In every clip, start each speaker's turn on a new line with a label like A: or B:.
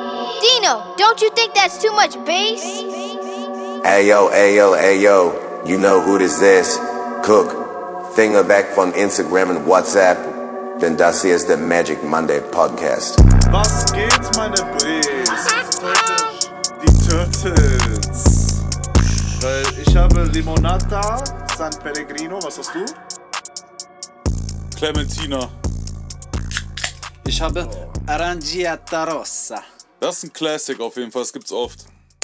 A: Dino, don't you think that's too much bass?
B: Ayo, ayo, ayo, you know who this is. Cook, finger back from Instagram und WhatsApp, denn das hier ist der Magic Monday Podcast.
C: Was geht, meine Brees? Die Turtles. Weil ich habe Limonata, San Pellegrino, was hast du?
D: Clementina.
E: Ich habe Arrangiata Rossa.
D: Das ist ein Classic auf jeden Fall, das gibt's oft.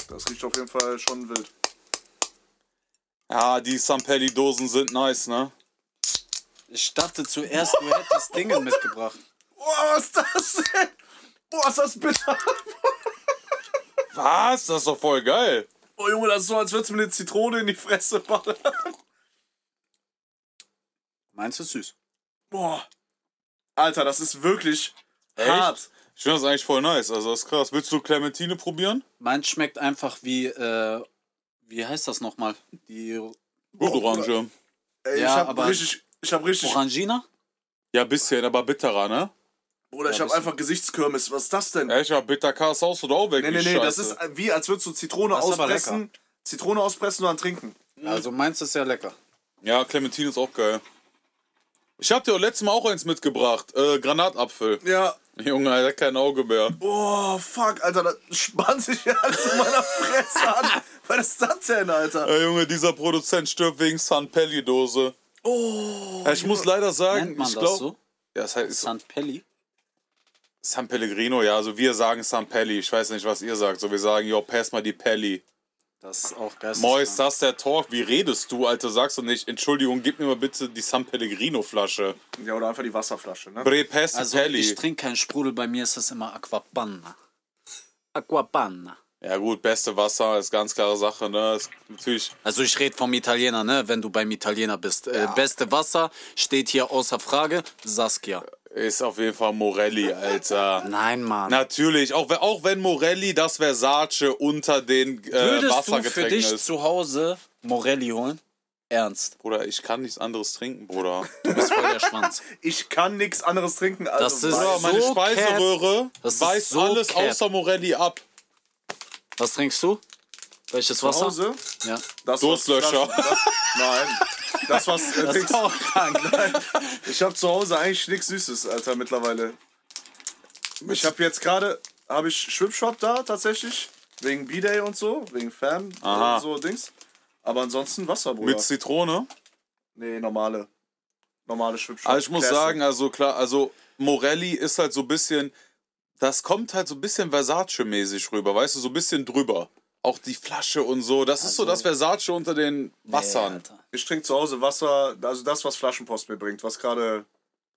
C: Das riecht auf jeden Fall schon wild.
D: Ja, die Sampelli-Dosen sind nice, ne?
E: Ich dachte zuerst, du hättest Dinge mitgebracht.
C: Boah, was ist das denn? Boah, ist das bitter.
D: Was? Das ist doch voll geil.
C: Oh Junge, das ist so, als würdest du mir eine Zitrone in die Fresse ballern.
E: Meinst du süß?
C: Boah. Alter, das ist wirklich hart.
D: Ich finde das eigentlich voll nice, also das ist krass. Willst du Clementine probieren?
E: Meins schmeckt einfach wie, äh, wie heißt das nochmal? Die
D: Blutorange.
C: Ey,
E: Ja,
C: ich hab
E: aber-
C: richtig, ich hab richtig,
E: Orangina?
D: Ja, bisschen, aber bitterer, ne?
C: oder ich
E: Ja,
C: hab
E: das- Äh,
C: einfach Gesichtskirmes. Was ist das denn?
D: Ja, ich hab Bitterkars aus oder auch weg.
C: nee, nee, nee, das ist wie, als würdest du Zitrone
E: Das ist aber
C: auspressen, Zitrone auspressen und dann trinken.
D: Mhm.
E: Also meins ist ja lecker.
D: Ja, Clementine ist auch geil. Ich hab dir auch letztes Mal auch eins mitgebracht. Äh, Granatapfel.
C: Ja.
D: Junge, er hat kein Auge mehr.
C: Boah, fuck, Alter, das spannt sich ja alles in meiner Fresse an. Was ist das denn, Alter?
D: Äh, Junge, dieser Produzent stirbt wegen Sanpelli-Dose. Oh. Ich muss leider sagen,
E: Nennt man
D: ich
E: das
D: glaub-
E: so?
D: Ja, das heißt,
E: San Pelli?
D: San Pellegrino, ja, also wir sagen San Pelli. Ich weiß nicht, was ihr sagt. So, wir sagen, jo, pass mal die Pelli.
E: Das ist auch geil.
D: Mois, das ist der Talk. Wie redest du, Alter? Sagst du nicht, Entschuldigung, gib mir mal bitte die San Pellegrino-Flasche.
C: Ja, oder einfach die Wasserflasche, ne?
D: Bre, pass die
E: Also
D: Pelli.
E: ich trinke keinen Sprudel, bei mir ist das immer Aquapanna. Aquapanna.
D: Ja gut, beste Wasser ist ganz klare Sache, ne? Ist natürlich,
E: Also ich rede vom Italiener, ne? Wenn du beim Italiener bist. Äh, beste Wasser steht hier außer Frage. Saskia.
D: ist auf jeden Fall Morelli, Alter.
E: Nein, Mann.
D: Natürlich, auch, we- auch wenn Morelli das Versace unter den äh,
E: Würdest du für
D: Wassergetränken
E: dich
D: ist.
E: zu Hause Morelli holen? Ernst.
D: Bruder, ich kann nichts anderes trinken, Bruder.
E: Du bist voll der Schwanz.
C: Ich kann nichts anderes trinken. Also
E: Das ist-
C: Weiß.
D: Bruder, meine
E: So
D: Speiseröhre
E: Das ist
D: weist
E: so
D: alles
E: cap.
D: außer Morelli ab.
E: Was trinkst du? Welches
C: Zu
E: Wasser?
C: Hause?
E: Ja.
C: Das
D: Durstlöscher.
C: was- Das, nein. Das was. Äh,
E: Das
C: Dings.
E: ist auch krank.
C: ich hab zu Hause eigentlich nichts Süßes, Alter, mittlerweile. Ich hab jetzt gerade. Habe ich Schwimmshop da tatsächlich. Wegen B-Day und so. Wegen Fam.
D: Aha.
C: Und so Dings. Aber ansonsten Wasser, Bruder.
D: Mit Zitrone.
C: nee, normale. Normale Schwimmshop.
D: Also ich muss
C: Classic.
D: sagen, also klar, also Morelli ist halt so ein bisschen, das kommt halt so ein bisschen Versace-mäßig rüber, weißt du, so ein bisschen drüber. Auch die Flasche und so, das ist so
C: Also
D: das Versace unter den Wassern.
E: Alter.
C: Ich trinke zu Hause Wasser, also das, was Flaschenpost mir bringt, was gerade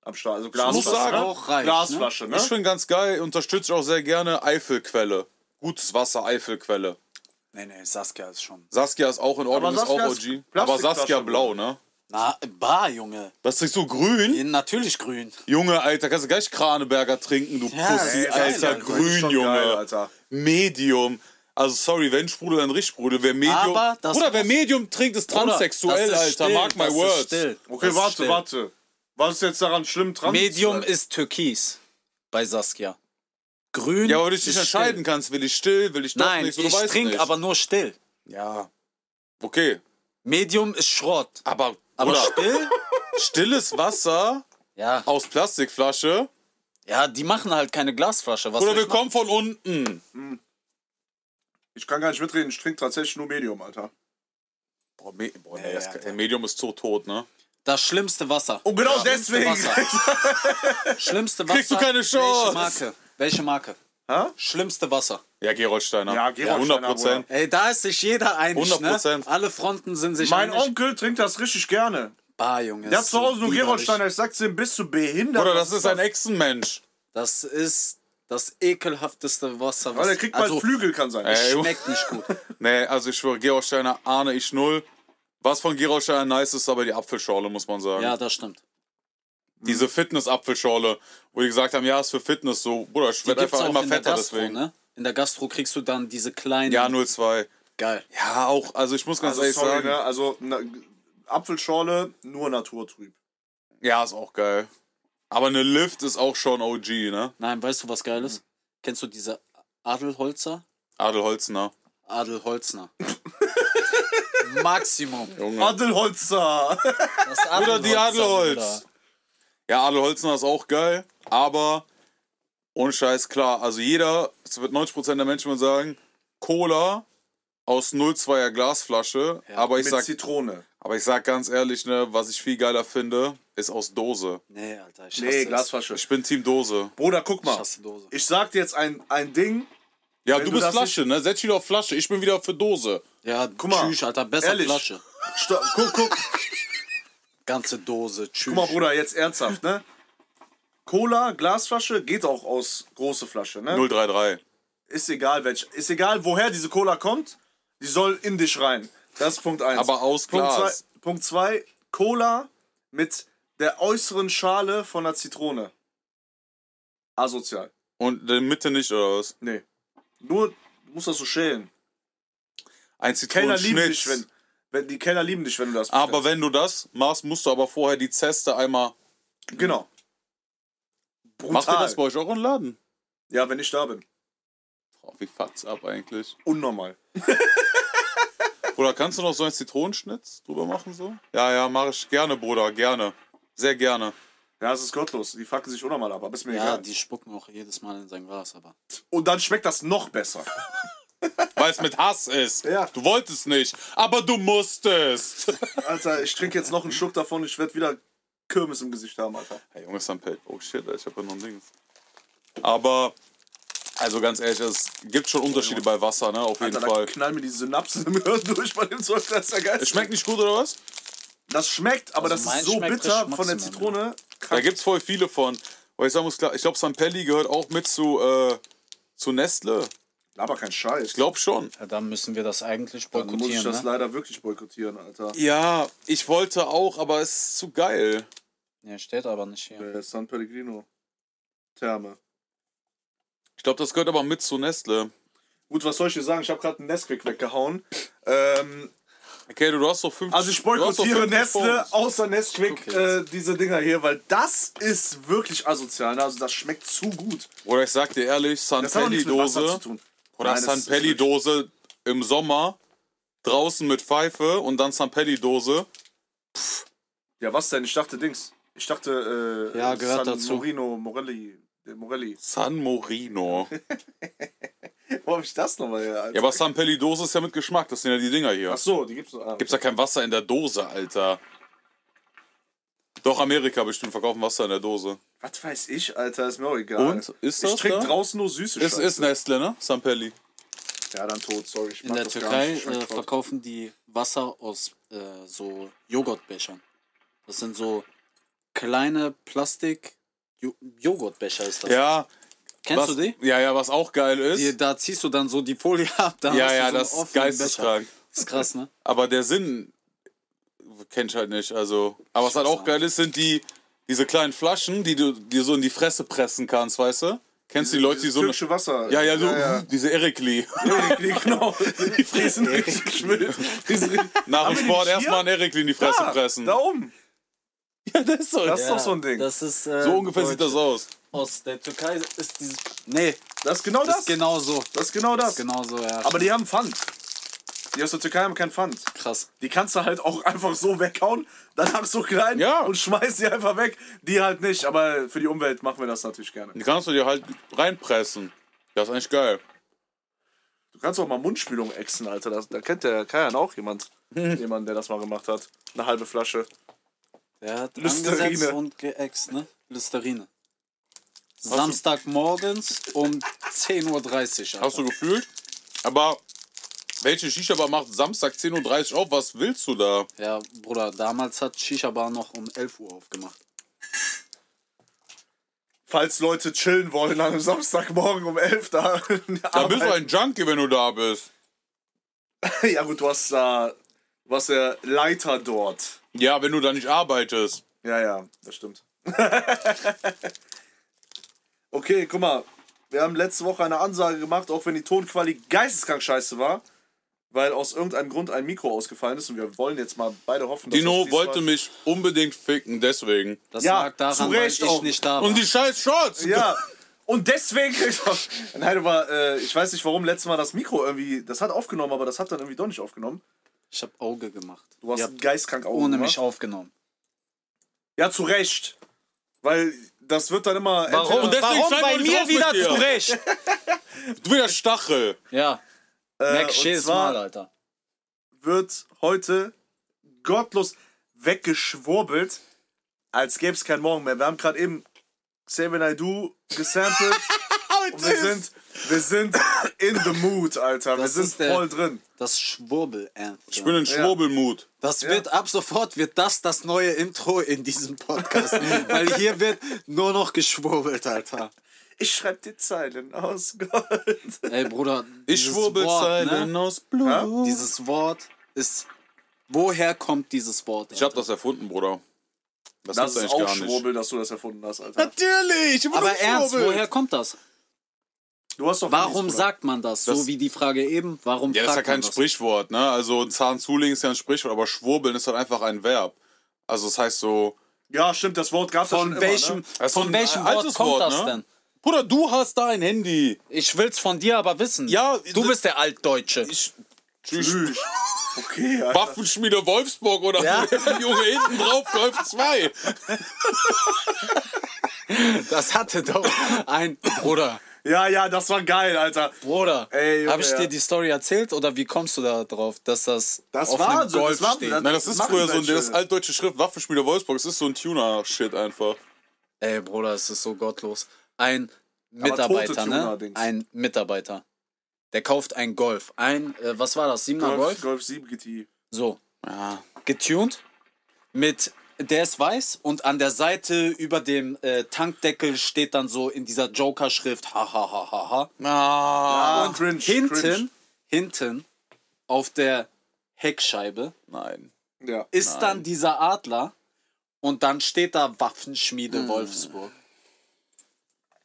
C: am Start. Also Glas,
D: muss sagen,
E: auch reicht,
C: Glasflasche, ne?
D: Ich finde ganz geil, unterstütze ich auch sehr gerne Eifelquelle. Gutes Wasser, Eifelquelle.
E: Nee, nee, Saskia ist schon.
D: Saskia ist auch in Ordnung, ist auch
C: Saskia ist
D: OG. Aber Saskia
C: Plastikflasche,
D: blau, ne?
E: Na, bar, Junge.
D: Was trinkst du? Grün?
E: Natürlich grün.
D: Junge, Alter, kannst du gleich Kraneberger trinken, du
E: Ja,
D: Pussy,
E: ey,
C: geil,
D: Alter,
C: Alter. Ist
D: grün,
C: schon
D: Junge.
C: geil, Alter.
D: Medium. Also sorry, wenn Sprudel, dann Richtsprudel. Wer Medium,
E: Aber das
D: Bruder, wer
E: muss-
D: Medium trinkt, ist
E: Bruder,
D: transsexuell,
E: das ist
D: Alter.
E: still,
D: Mark my
E: das ist
D: words.
E: still,
C: Okay,
E: das ist
C: warte,
E: still.
C: warte. Was ist jetzt daran schlimm dran?
E: Medium ist türkis bei Saskia. Grün.
D: Ja, weil du dich nicht
E: ist
D: entscheiden
E: still.
D: kannst, will ich still, will ich doch
E: Nein,
D: nicht, so, du
E: ich
D: weißt
E: trinke
D: nicht.
E: aber nur still.
D: ja. Okay,
E: Medium ist Schrott.
D: aber,
E: Aber
D: Bruder,
E: still?
D: stilles Wasser
E: Ja.
D: aus Plastikflasche.
E: Ja, die machen halt keine Glasflasche. Was
D: Oder
E: soll
D: wir
E: ich machen?
D: kommen von unten.
C: Ich kann gar nicht mitreden, ich trinke tatsächlich nur Medium, Alter.
D: Boah, Me boah
E: Nee,
D: nee, das,
E: Alter.
D: der Medium ist so tot, ne?
E: Das schlimmste Wasser.
D: Oh,
C: Und genau
E: Schlimmste
C: deswegen.
E: Wasser. schlimmste Wasser.
D: Kriegst du keine
E: Welche
D: Chance.
E: Marke? Welche Marke?
C: Hä?
E: Schlimmste Wasser.
D: Ja, Gerolsteiner.
C: Ja, Gerolsteiner,
D: 100 Prozent.
E: Ey, da ist sich jeder einig.
D: 100%.
E: Ne? Alle Fronten sind sich
C: Mein
E: einig.
C: Onkel trinkt das richtig gerne.
E: Bah, Junge.
C: Der
E: ist
C: hat zu
E: so
C: Hause nur
E: widerlich.
C: Gerolsteiner. Ich sag's ihm, bist du behindert?
D: Oder
C: Was
D: das ist ein
C: das?
D: Echsenmensch.
E: Das ist das ekelhafteste Wasser. Also,
C: Alter, der kriegt bald Flügel, kann
E: äh,
C: sein.
D: Ey, Junge.
E: Schmeckt nicht gut.
D: Nee, also ich schwöre, Gerolsteiner ahne ich null. Was von Gerolsteiner nice ist, aber die Apfelschorle, muss man sagen.
E: Ja, das stimmt.
D: Diese Fitness-Apfelschorle, wo die gesagt haben, ja, ist für Fitness so. Bruder, ich
E: Die
D: werde
E: gibt's
D: einfach
E: auch
D: immer
E: in der
D: fetter
E: Gastro,
D: deswegen.
E: ne? In der Gastro kriegst du dann diese kleinen.
D: Ja, 02.
E: Geil.
D: Ja, auch, also ich muss ganz
C: Also,
D: ehrlich
C: sorry,
D: sagen,
C: ne? Also, na, Apfelschorle, nur naturtrüb.
D: ja, ist auch geil. Aber eine Lift ist auch schon OG, ne?
E: Nein, weißt du, was geil ist? Kennst du diese Adelholzer?
D: Adelholzner.
E: Adelholzner. Maximum.
D: Junge.
C: Adelholzer.
E: Das Adelholzer,
D: Oder die Adelholz.
E: Bruder.
D: Ja, Adelholzner ist auch geil, aber ohne Scheiß klar. Also jeder, es wird 90% der Menschen würden sagen, Cola aus 02er Glasflasche, aber ich
C: Mit
D: sag
C: Zitrone.
D: Aber ich sag ganz ehrlich, ne, was ich viel geiler finde, ist aus Dose.
E: Nee, Alter. Ich hasse
C: Nee,
E: es.
C: Glasflasche.
D: Ich bin Team Dose.
C: Bruder, guck
E: Ich
C: mal.
E: hasse Dose.
C: Ich sag dir jetzt ein, ein Ding.
D: Ja,
C: Wenn du
D: du bist
C: das
D: Flasche, ne? Setz dich wieder auf Flasche. Ich bin wieder für Dose.
E: Ja,
C: mal,
E: tschüss, Alter. Besser
C: ehrlich.
E: Flasche.
C: Stopp, guck, guck.
E: Ganze Dose, tschüss.
C: Guck mal, Bruder, jetzt ernsthaft, ne? Cola, Glasflasche, geht auch aus große Flasche, ne?
D: 033.
C: Ist egal welch. Ist egal, woher diese Cola kommt, die soll in dich rein. Das ist Punkt 1.
D: Aber aus
C: Punkt
D: Glas.
C: zwei- Punkt 2, Cola mit der äußeren Schale von einer Zitrone. Asozial.
D: Und in der Mitte nicht, oder was?
C: Nee. Nur, du musst das so schälen.
D: Ein
C: Kellner lieben dich,
D: Zitronenschnitz.
C: wenn, wenn. Die Kellner lieben dich, wenn du das
D: Aber wenn du das machst, musst du aber vorher die Zeste einmal...
C: bestellst. Genau. Brutal.
D: Macht ihr das bei euch auch im Laden?
C: Ja, wenn ich da bin.
D: Oh, wie fuckt's ab eigentlich?
C: Unnormal.
D: Oder kannst du noch so einen Zitronenschnitz drüber machen so? Ja, ja, mache ich gerne, Bruder, gerne. Sehr gerne.
C: Ja, es ist gottlos. Die fucken sich unnormal ab, aber ist mir
E: ja,
C: egal.
E: die spucken auch jedes Mal in sein Glas, aber.
C: Und dann schmeckt das noch besser.
D: Weil es mit Hass ist.
C: Ja.
D: Du wolltest nicht, aber du musstest.
C: Alter, ich trinke jetzt noch einen Schluck davon, ich werde wieder Kirmes im Gesicht haben, Alter.
D: Hey, Junge, ist am Pelt. Oh shit, Alter, ich habe ja noch ein Ding. Aber, also ganz ehrlich, es gibt schon Unterschiede bei Wasser, ne? Auf jeden
C: Alter, da
D: Fall.
C: knallen mir die Synapsen im Hirn durch bei dem Zeug, das ist ja geil.
D: Es schmeckt nicht gut, oder was?
C: das schmeckt, aber
E: Also
C: das
E: mein
C: ist so
E: schmeckt
C: bitter
E: richtig
C: von der
E: Maximum,
C: Zitrone.
D: Da gibt's voll viele von. Aber ich sagen muss klar, ich glaube, Sampelli gehört auch mit zu, äh, zu Nestle.
C: Aber kein Scheiß.
D: Ich glaube schon.
E: Ja, dann müssen wir das eigentlich
C: Dann muss ich
E: boykottieren.
C: das
E: Ne?
C: leider wirklich boykottieren, Alter.
D: Ja, ich wollte auch, aber es ist zu geil.
E: Nee, steht aber nicht hier.
C: Äh, San Pellegrino. Therme.
D: Ich glaube, das gehört aber mit zu Nestle.
C: Gut, was soll ich dir sagen? Ich habe gerade einen Nesquik weggehauen. Ähm,
D: Okay, du hast doch 50.
C: also ich
D: du hast doch
C: boykottiere
D: 50
C: Nestle,
D: Pfund.
C: außer Nesquik,
E: Okay.
C: äh, diese Dinger hier, weil das ist wirklich asozial. ne? Also das schmeckt zu gut.
D: Oder ich sag dir ehrlich,
C: Das hat auch nichts mit Wasser zu
D: Sampelli-Dose.
C: tun.
D: Oder
C: Nein, das ist wirklich-
D: Sanpelli-Dose im Sommer, draußen mit Pfeife und dann Sanpelli-Dose.
C: Ja, was denn? Ich dachte Dings. Ich dachte, äh,
E: Ja, gehört
C: San
E: dazu.
C: Morino, Morelli. äh, Morelli.
D: San Morino.
C: Wo hab ich das nochmal her, Alter?
D: ja, aber Sanpelli-Dose ist ja mit Geschmack, das sind ja die Dinger hier.
C: Ach so, die gibt's noch. Ah.
D: Gibt's ja kein Wasser in der Dose, Alter. Doch, Amerika bestimmt verkaufen Wasser in der Dose.
C: Was weiß ich, Alter? Ist mir auch egal.
D: Und? Ist
C: Ich
D: das
C: trink
D: da?
C: draußen nur süße
D: Ist,
C: Scheiße.
D: ist Nestle, ne? Sanpelli.
C: Ja, dann tot, sorry. Ich
E: In
C: mag
E: der
C: das gar
E: Türkei
C: nicht.
E: äh,
C: Schmeckt tot.
E: verkaufen die Wasser aus äh, so Joghurtbechern. Das sind so kleine Plastik-Joghurtbecher ist das.
D: Ja,
E: Kennst
D: was,
E: du die?
D: ja, ja, was auch geil ist.
E: die? Da ziehst du dann so die Folie ab. Da
D: ja,
E: hast du so
D: ja,
E: einen
D: das ist
E: offenen
D: geisteskrank.
E: Becher. Ist krass, ne?
D: Aber der Sinn kenn ich halt nicht. Also, aber was halt auch geil ist, sind die diese kleinen Flaschen, die du dir so in die Fresse pressen kannst, weißt du? Kennst du die Leute, die
C: Dieses
D: so eine
C: türkische Wasser.
D: ja, ja, so, diese Erikli.
C: Nee, genau. Die fressen richtig geschwillt.
D: Nach dem Sport erstmal
C: erstmal
D: einen Erikli in die Fresse pressen.
C: Da oben.
D: Ja, das ist so.
C: Das ist doch so ein Ding. Das,
E: Das ist, äh,
D: so ungefähr sieht das
E: Deutsch.
D: aus.
E: Aus der Türkei ist dieses. Nee,
C: ist genau
E: das
C: das.
E: ist genau so.
C: das ist genau das.
E: Genau so, ja.
C: Aber die haben Pfand. Die aus der Türkei haben keinen Pfand.
E: krass.
C: Die kannst du halt auch einfach so weghauen, danach so klein
D: Ja.
C: und schmeißt sie einfach weg. Die halt nicht, aber für die Umwelt machen wir das natürlich gerne.
D: Die kannst du dir halt reinpressen. Das ist eigentlich geil.
C: Du kannst auch mal Mundspülung exen, Alter. Das, da kennt der Kajan auch jemand. Jemand, der das mal gemacht hat. Eine halbe Flasche.
E: Der hat
C: Listerine.
E: angesetzt und geäxt, ne? Listerine. Samstagmorgens um 10.30 Uhr.
D: Hast du gefühlt? Aber welche Shisha-Bar macht Samstag 10.30 Uhr auf? Was willst du da?
E: Ja, Bruder, damals hat Shisha Bar noch um 11 Uhr aufgemacht.
C: Falls Leute chillen wollen an einem Samstagmorgen um 11 da.
D: Da
C: halt
D: bist du ein Junkie, wenn du da bist.
C: Ja gut, du hast da. Du warst der Leiter dort.
D: Ja, wenn du da nicht arbeitest.
C: Ja, ja, das stimmt. okay, guck mal. Wir haben letzte Woche eine Ansage gemacht, auch wenn die Tonquali geisteskrank scheiße war, weil aus irgendeinem Grund ein Mikro ausgefallen ist und wir wollen jetzt mal beide hoffen, dass das
D: Dino
C: diesmal-
D: wollte mich unbedingt ficken, deswegen.
E: Das
C: Ja,
E: lag daran,
C: zu
E: weil
C: Recht
E: ich
C: auch.
E: nicht da war.
D: Und die scheiß Shorts!
C: Ja. Und deswegen. Nein, aber äh, ich weiß nicht warum, letztes Mal das Mikro irgendwie. Das hat aufgenommen, aber das hat dann irgendwie doch nicht aufgenommen.
E: Ich hab Auge gemacht.
C: Du hast
E: Ihr habt
C: geistkrank Augen.
E: ohne
C: gemacht.
E: mich aufgenommen.
C: Ja, zu Recht. Weil das wird dann immer.
E: Warum?
C: entweder-
D: deswegen
E: Warum
D: schreibt
E: bei
D: man
E: mir
D: drauf mit
E: wieder
D: dir.
E: zurecht?
D: Du wieder Stachel.
E: Ja,
C: Äh,
E: merk ich
C: und
E: jedes Mal,
C: zwar
E: Alter.
C: wird heute gottlos weggeschwurbelt, als gäbe es keinen Morgen mehr. Wir haben gerade eben Save and I Do gesampelt. und wir sind, wir sind in the mood, Alter. Wir
E: Das
C: sind
E: ist der-
C: voll drin.
E: Das Schwurbel-Anthem.
D: Ich bin in Schwurbelmut.
E: Das wird ab sofort wird das das neue Intro in diesem Podcast, weil hier wird nur noch geschwurbelt, Alter.
C: Ich schreibe die Zeilen aus Gold.
E: Ey Bruder,
D: Ich
E: dieses
D: schwurbel
E: Wort,
D: Zeilen
E: ne?
D: aus Blut.
E: Dieses Wort ist woher kommt dieses Wort?
D: Ich hab das erfunden, Bruder. Das,
C: Das
D: das
C: ist
D: eigentlich
C: auch
D: gar nicht.
C: Schwurbel, dass du das erfunden hast, Alter.
D: Natürlich!
E: aber ernst, woher kommt das?
C: Du hast doch
E: Warum
C: Handys, Bruder.
E: sagt man das? So
D: Das-
E: wie die Frage eben, warum
D: Ja, das ist ja
E: fragt
D: kein
E: man das?
D: Sprichwort, ne? Also ein Zahn zulegen ist ja ein Sprichwort, aber schwurbeln ist halt einfach ein Verb. Also das heißt so.
C: Ja, stimmt, das Wort gab's ja schon
E: Von
C: immer,
E: welchem,
C: Ne?
D: Das ist
E: von
D: ein
E: welchem Wort
D: altes
E: kommt
D: Wort,
E: das
D: ne?
E: denn?
D: Bruder, du hast da ein Handy.
E: Ich will's von dir aber wissen.
D: Ja,
E: du
D: d-
E: bist der Altdeutsche.
D: Ich. Tschüss.
C: Okay, Alter.
D: Waffenschmiede Wolfsburg oder
E: Ja.
D: Junge hinten drauf läuft zwei.
E: Das hatte doch ein Bruder.
C: Ja, ja, das war geil, Alter.
E: Bruder,
C: Ey, Junge,
E: habe ich
C: ja.
E: dir die Story erzählt oder wie kommst du da drauf, dass das,
C: Das
E: auf
C: war
E: einem
C: so, das
E: Golf
C: war-
E: steht?
C: das-
D: Nein, das ist
C: Machen
D: früher
E: halt
D: so ein,
C: Deutsche.
D: das ist altdeutsche Schrift, Waffenschmiede Wolfsburg. Das ist so ein Tuner-Shit einfach.
E: Ey, Bruder, es ist so gottlos. Ein
C: tote
E: Mitarbeiter, ne?
C: Tuner-Dings.
E: Ein Mitarbeiter. Der kauft einen Golf. Ein, äh, was war das? Siebener
C: Golf,
E: Golf?
C: Golf 7 GTI.
E: So. Getuned. Mit, der ist weiß und an der Seite über dem äh, Tankdeckel steht dann so in dieser Joker-Schrift, ha, ha, ha, ha, ha.
D: Ah.
C: Und cringe,
E: hinten,
C: Cringe.
E: hinten auf der Heckscheibe
D: Nein.
C: Ja.
E: ist dann dieser Adler und dann steht da
C: Hm.
E: Waffenschmiede Wolfsburg.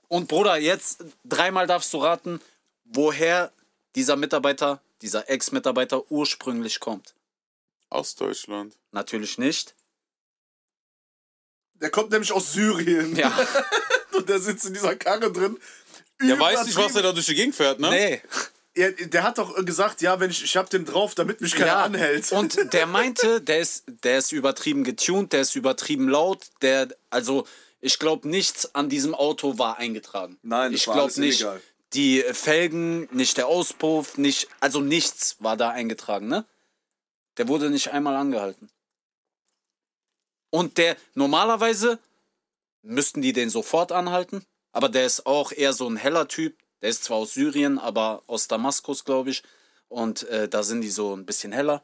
E: Und Bruder, jetzt dreimal darfst du raten, woher dieser Mitarbeiter, dieser Ex-Mitarbeiter ursprünglich kommt.
D: Aus Deutschland.
E: Natürlich nicht.
C: Der kommt nämlich aus Syrien.
E: Ja.
C: Und der sitzt in dieser Karre drin.
D: Der weiß nicht, was er da durch die Gegend fährt, ne?
E: Nee.
C: Ja, der hat doch gesagt, ja, wenn ich, ich hab den drauf, damit mich keiner
E: Ja.
C: anhält.
E: Und der meinte, der ist, der ist übertrieben getuned, der ist übertrieben laut, der, also ich glaube, nichts an diesem Auto war eingetragen.
C: Nein, das
E: ich
C: war
E: glaub
C: alles
E: nicht.
C: illegal.
E: Die äh, Felgen, nicht der Auspuff, nicht, also nichts war da eingetragen, ne? Der wurde nicht einmal angehalten. Und der, normalerweise müssten die den sofort anhalten, aber der ist auch eher so ein heller Typ. Der ist zwar aus Syrien, aber aus Damaskus, glaube ich. Und äh, da sind die so ein bisschen heller.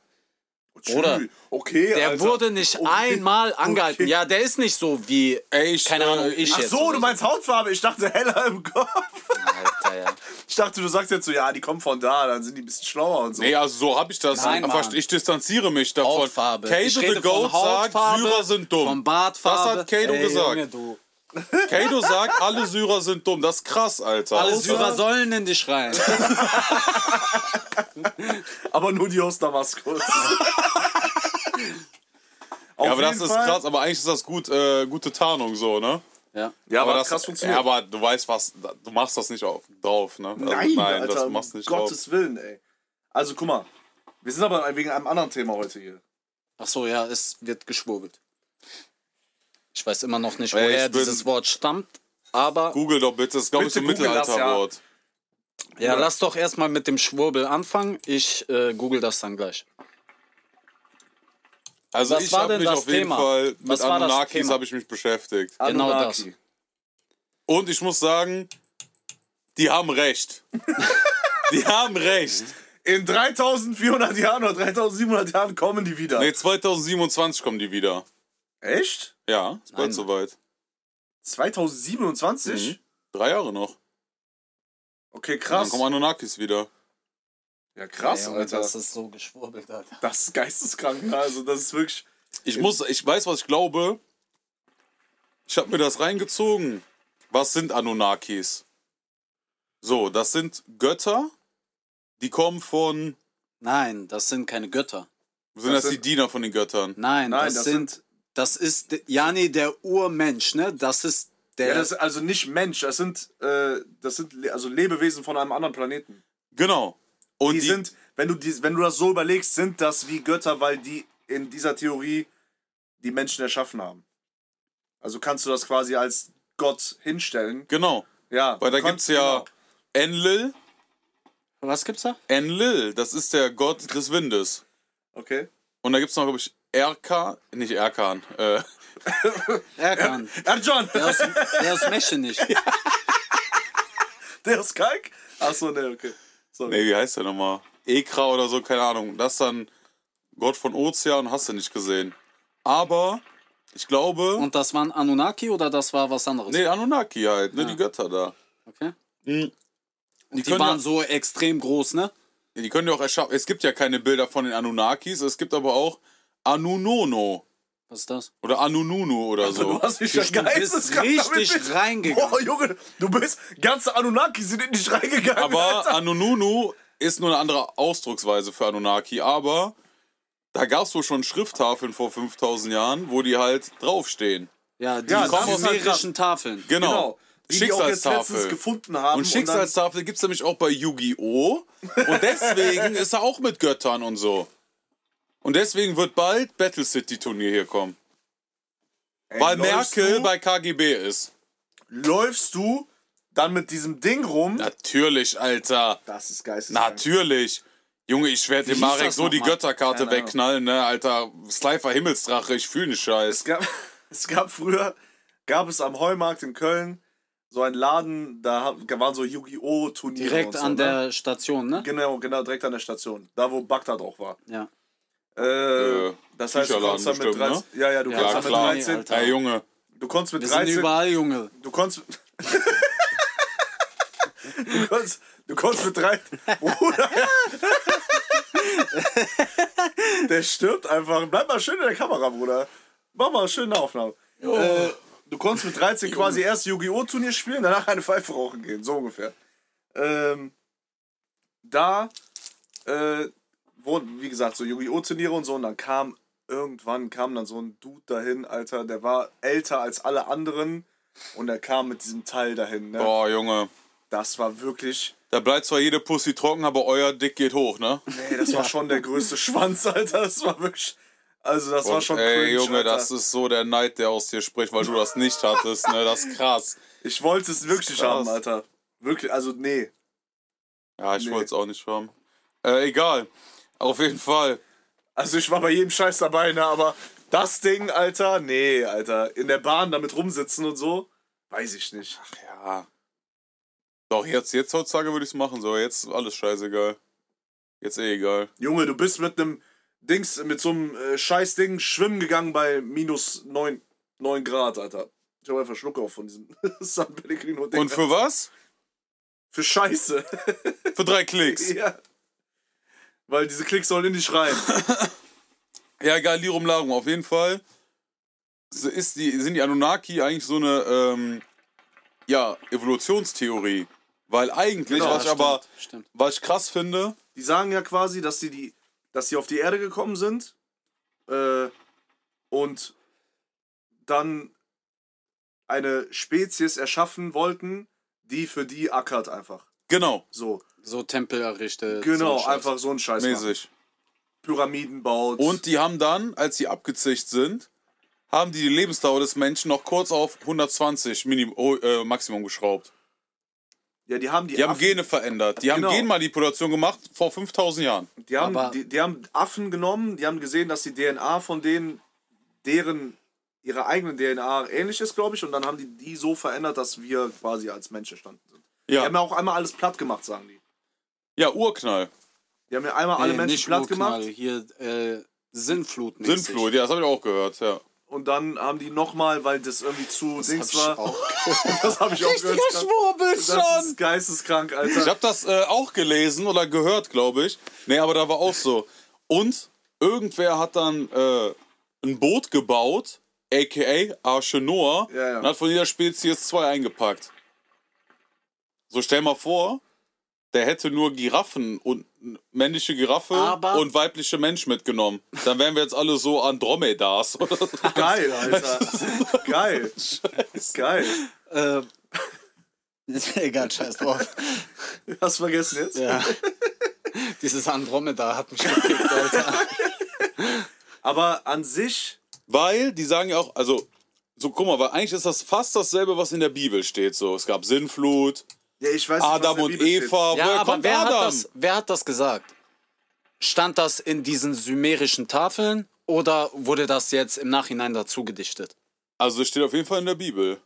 E: Bruder,
C: Tschü, Okay,
E: Der
C: Alter.
E: wurde nicht
C: Okay.
E: einmal angehalten.
C: Okay.
E: Ja, der ist nicht so wie.
D: Ey, ich,
E: keine
D: äh,
E: Ahnung, ich
D: ich-
C: Ach
E: jetzt.
C: so,
E: oder
C: du meinst Hautfarbe. Ich dachte, heller im Kopf.
E: Alter, ja.
C: Ich dachte, du sagst jetzt so, ja, die kommen von da, dann sind die ein bisschen schlauer und so.
D: Nee, also so habe ich das.
E: Nein,
D: Verste-
E: Mann.
D: ich distanziere mich davon.
E: Hautfarbe.
D: Kato
E: Ich
D: the
E: rede
D: Goat
E: von
D: sagt,
E: Hautfarbe,
D: Syrer sind dumm.
E: Von Bartfarbe.
D: Das hat Kato
E: Ey,
D: gesagt.
E: Junge, du.
D: Kato sagt, alle Syrer sind dumm. Das ist krass, Alter.
E: Alle
D: Außer-
E: Syrer sollen in dich rein.
C: Aber nur die aus Damaskus. Auf
D: Ja, aber das
C: jeden
D: ist
C: Fall.
D: krass. Aber eigentlich ist das gut, äh, gute Tarnung so, ne?
E: ja.
C: Ja, aber,
D: das
C: das krass funktioniert.
D: Ja, aber du weißt was, du machst das nicht auf, drauf, ne? Also,
C: Nein,
D: nein
C: Alter,
D: das
C: um
D: machst du nicht
C: Gottes
D: drauf.
C: Willen, ey. Also guck mal, wir sind aber wegen einem anderen Thema heute hier.
E: Ach so, ja, es wird geschwurbelt. Ich weiß immer noch nicht,
D: Ey,
E: woher
D: ich bin-
E: dieses Wort stammt, aber
D: Google doch bitte, das ist glaube ich so ein
C: Bitte google das,
D: Mittelalterwort.
E: ja, lass doch erstmal mit dem Schwurbel anfangen. Ich äh, google das dann gleich.
D: Also
E: Was
D: ich
E: war
D: habe
E: denn
D: mich
E: das
D: auf jeden
E: Thema?
D: Fall mit
E: Was war das
D: Anunnakis
E: Thema?
D: habe ich mich beschäftigt.
E: Genau
C: Anunnaki.
D: Und ich muss sagen, die haben recht. die haben recht.
C: In 3400 Jahren oder 3700 Jahren kommen die wieder.
D: Nee, 2027 kommen die wieder.
C: Echt?
D: Ja, ist bald soweit.
C: 2027?
D: Mhm. Drei Jahre noch.
C: Okay,
D: Dann
C: krass.
D: kommen Anunnakis wieder.
C: Ja, krass,
E: Ey, Junge,
C: Alter.
E: Das ist so geschwurbelt, Alter.
C: Das ist geisteskrank, ne? also das ist wirklich.
D: Ich
C: Äh.
D: muss, ich weiß, was ich glaube. Ich habe mir das reingezogen. Was sind Anunnakis? So, das sind Götter, die kommen von.
E: Nein, das sind keine Götter.
D: Sind
C: Das
D: das, die
C: sind-
D: Diener von den Göttern?
E: Nein,
C: Nein,
E: das,
C: das
E: sind, das ist, de- ja nee, der Urmensch, ne? Das ist Der,
C: Ja, das ist also nicht Mensch, das sind, äh, das sind Le- also Lebewesen von einem anderen Planeten.
D: Genau. Und
C: Die, sind, wenn du, die, wenn du das so überlegst, sind das wie Götter, weil die in dieser Theorie die Menschen erschaffen haben. Also kannst du das quasi als Gott hinstellen.
D: Genau.
C: Ja,
D: Weil da
C: kon-
D: gibt's ja
C: genau.
D: Enlil.
E: was gibt's da?
D: Enlil, das ist der Gott des Windes.
C: Okay.
D: Und da gibt's noch, glaube ich, Erkan. Nicht Erkan. Äh,
E: Erkan.
C: Erdogan!
E: Der aus, der aus Mechenisch.
C: Der ist kalk? Achso, ne, okay. Sorry.
D: nee, wie heißt der nochmal? Ekra oder so, keine Ahnung. Das ist dann Gott von Ozean, hast du nicht gesehen. Aber ich glaube.
E: Und das waren Anunnaki oder das war was anderes?
D: nee, Anunnaki halt, ne, die Götter da.
E: Okay.
D: Mhm.
E: Und die
D: können
E: waren
D: ja-
E: so extrem groß, ne?
D: Die können ja auch erschaffen. Es gibt ja keine Bilder von den Anunnakis, es gibt aber auch Anunono
E: Was ist das?
D: oder Anununu oder so.
C: Du hast mich ja
E: Du bist
C: geisteskrank damit
E: richtig
C: mit-
E: reingegangen.
C: Boah, Junge, du bist. Ganze Anunnaki sind in dich reingegangen.
D: Aber
C: Alter.
D: Anununu ist nur eine andere Ausdrucksweise für Anunnaki, aber da gab es wohl schon Schrifttafeln vor 5000 Jahren, wo die halt draufstehen.
E: Ja, die
C: Ja,
D: das ist halt
E: sumerischen Tafeln.
D: Genau.
C: Die, die auch jetzt letztens
D: Schicksalstafel.
C: gefunden haben.
D: Und Schicksalstafel gibt es nämlich auch bei Yu-Gi-Oh! Und deswegen ist er auch mit Göttern und so. Und deswegen wird bald Battle City-Turnier hier kommen.
C: dann, ey,
D: Weil
C: läufst
D: Merkel
C: du,
D: bei KGB ist.
C: Läufst du dann mit diesem Ding rum?
D: Natürlich, Alter.
C: das ist geisteskrank.
D: Natürlich. Junge, ich werde dem
E: hieß
D: Marek
E: das
D: so die
E: nochmal?
D: Götterkarte wegknallen, ne, Alter. Slifer Himmelsdrache, ich fühle nicht Scheiß.
C: Es gab, es gab früher, gab es am Heumarkt in Köln so einen Laden, da hab- da waren so Yu-Gi-Oh! Turniere. und
E: Direkt
C: so,
E: an
C: ne?
E: der Station, ne?
C: Genau, genau, direkt an der Station. Da, wo Bagdad auch war.
E: Ja.
C: Äh,
D: Äh,
C: das heißt, du
D: Bücherladen
C: konntest dann mit
D: bestimmt,
C: 13. Ja, ja, du
E: Ja,
D: Ja,
C: konntest
D: klar.
C: dann
E: Nee,
C: mit 13.
E: Alter.
D: Ey, Junge.
C: Du konntest mit
E: Wir sind
C: 13.
E: überall, Junge.
C: Du konntest. du konntest. Du konntest mit 13. Bruder. der stirbt einfach. Bleib mal schön in der Kamera, Bruder. Mach mal schön eine Aufnahme. Äh, du konntest mit 13 quasi erst Yu-Gi-Oh! Turnier spielen, danach eine Pfeife rauchen gehen. So ungefähr. Ähm, da. Äh, wurden, wie gesagt, so Yu-Gi-Oh! Turniere und so. Und dann kam irgendwann kam dann so ein Dude dahin, Alter, der war älter als alle anderen. Und er kam mit diesem Teil dahin, ne?
D: Boah, Junge.
C: Das war wirklich.
D: Da bleibt zwar jede Pussy trocken, aber euer Dick geht hoch, ne?
C: Ey, das war schon der größte Schwanz, Alter. Das war wirklich. Also, das war
D: Und,
C: schon
D: ey,
C: cringe,
D: Junge,
C: Alter.
D: das ist so der Neid, der aus dir spricht, weil du das nicht hattest, ne? Das ist krass.
C: Ich wollte es wirklich
D: krass.
C: haben, Alter. Wirklich, also, nee.
D: Ja, ich
C: Nee.
D: wollte es auch nicht haben. Äh, egal. Auf jeden Fall.
C: Also, ich war bei jedem Scheiß dabei, ne? Aber das Ding, Alter, nee, Alter. In der Bahn damit rumsitzen und so, weiß ich nicht.
D: Ja. Doch, jetzt, jetzt heutzutage würde ich es machen, so. Jetzt ist alles scheißegal. Jetzt eh egal.
C: Junge, du bist mit einem Dings, mit so einem äh, Scheißding schwimmen gegangen bei minus 9, 9 Grad, Alter. Ich habe einfach Schluck auf von diesem San Pellegrino Ding.
D: Und für was?
C: für Scheiße.
D: Für drei Klicks.
C: ja. Weil diese Klicks sollen in dich rein.
D: Ja, egal, Lirum Larum. Auf jeden Fall so ist die, sind die Anunnaki eigentlich so eine ähm, ja, Evolutionstheorie. Weil eigentlich,
C: Genau,
D: was ich aber
E: Stimmt.
D: was ich krass finde,
C: Die sagen ja quasi, dass sie die, dass sie auf die Erde gekommen sind äh, und dann eine Spezies erschaffen wollten, die für die ackert einfach.
D: genau,
C: So.
E: So Tempel errichtet.
C: Genau,
E: so ein Scheiß.
C: einfach so ein Scheiß. machen.
D: mäßig.
C: Pyramiden baut.
D: Und die haben dann, als sie abgezicht sind, haben die die Lebensdauer des Menschen noch kurz auf 120 Minim oh, äh, Maximum geschraubt.
C: Ja, die haben die,
D: Die haben
C: Affen,
D: Gene verändert. Die haben
C: Genau.
D: Genmanipulation gemacht vor 5000 Jahren.
C: die,
E: aber-
C: haben, die, die haben Affen genommen, die haben gesehen, dass die DNA von denen, deren, ihrer eigenen DNA ähnlich ist, glaube ich, und dann haben die die so verändert, dass wir quasi als Mensch entstanden sind. Die
D: Ja,
C: haben ja genau. auch einmal alles platt gemacht, sagen die.
D: ja Urknall.
C: Die haben ja einmal alle
E: Nee,
C: Menschen
E: nicht
C: platt
E: Urknall,
C: gemacht
E: Hier äh, Sinnflut.
D: Sinnflut, ja, das habe ich auch gehört. Ja.
C: und dann haben die nochmal, weil das irgendwie zu Dings war. Das habe ich auch gehört.
E: Richtiger Schwurbel
C: Das
E: schon.
C: ist geisteskrank,
D: Ich
C: Alter.
D: habe das äh, auch gelesen oder gehört, glaube ich. Nee, aber da war auch so. Und irgendwer hat dann äh, ein Boot gebaut, a.k.a. Arche Noah,
C: Ja, ja.
D: und hat von jeder Spezies zwei eingepackt. So stell mal vor, der hätte nur Giraffen und männliche Giraffe
E: Aber-
D: und weibliche Mensch mitgenommen. Dann wären wir jetzt alle so Andromedas. oder so.
C: Geil, Alter. Geil. Geil.
E: Ähm, Äh, egal, scheiß drauf.
C: Hast du vergessen jetzt?
E: Ja. Dieses Andromeda hat mich gekickt, Alter.
C: Aber an sich,
D: Weil die sagen ja auch, also, so guck mal, weil eigentlich ist das fast dasselbe, was in der Bibel steht. So, es gab Sinnflut,
C: ja, ich weiß nicht, was in
D: Adam
C: der
D: und
C: Bibel steht.
D: Eva.
E: Ja,
D: Woher
E: aber
D: kommt
E: wer hat,
D: Adam?
E: das, wer hat das gesagt? Stand das in diesen sumerischen Tafeln oder wurde das jetzt im Nachhinein dazu gedichtet?
D: Also, es steht auf jeden Fall in der Bibel.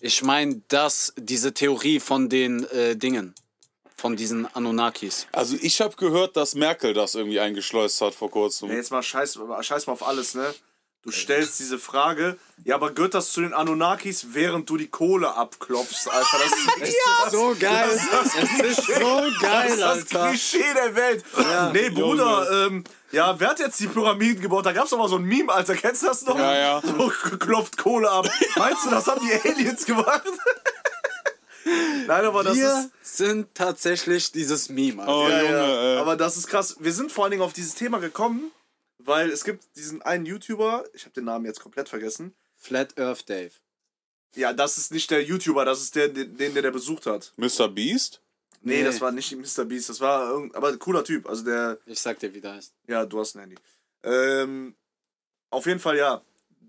E: Ich meine, dass diese Theorie von den äh, Dingen, von diesen Anunnakis.
D: Also, ich habe gehört, dass Merkel das irgendwie eingeschleust hat vor kurzem.
C: Ja, jetzt mal scheiß, scheiß mal auf alles, ne? Du stellst diese Frage, ja, aber gehört das zu den Anunnakis, während du die Kohle abklopfst, Alter? Das ist echt
E: So geil. es ist so geil,
C: das ist das Klischee der Welt. nee, Bruder, ähm, ja, wer hat jetzt die Pyramiden gebaut? Da gab's doch mal so ein Meme, Alter. Kennst du das noch?
D: Ja, ja.
C: So, k- klopft Kohle ab. Meinst du, das haben die Aliens gemacht? Nein, aber das
E: Wir
C: ist.
E: sind tatsächlich dieses Meme. Alter.
D: Oh,
C: Ja,
D: Junge,
C: ja.
D: ey.
C: äh. Aber das ist krass. Wir sind vor allen Dingen auf dieses Thema gekommen, weil es gibt diesen einen YouTuber, ich habe den Namen jetzt komplett vergessen.
E: Flat Earth Dave.
C: Ja, das ist nicht der YouTuber, das ist der, den, den der besucht hat.
D: Mr. Beast?
C: Nee,
E: Nee.
C: das war nicht Mr. Beast, das war irgendein, aber ein cooler Typ. Also der,
E: Ich sag dir, wie der heißt.
C: Ja, du hast ein Handy. Ähm, auf jeden Fall ja.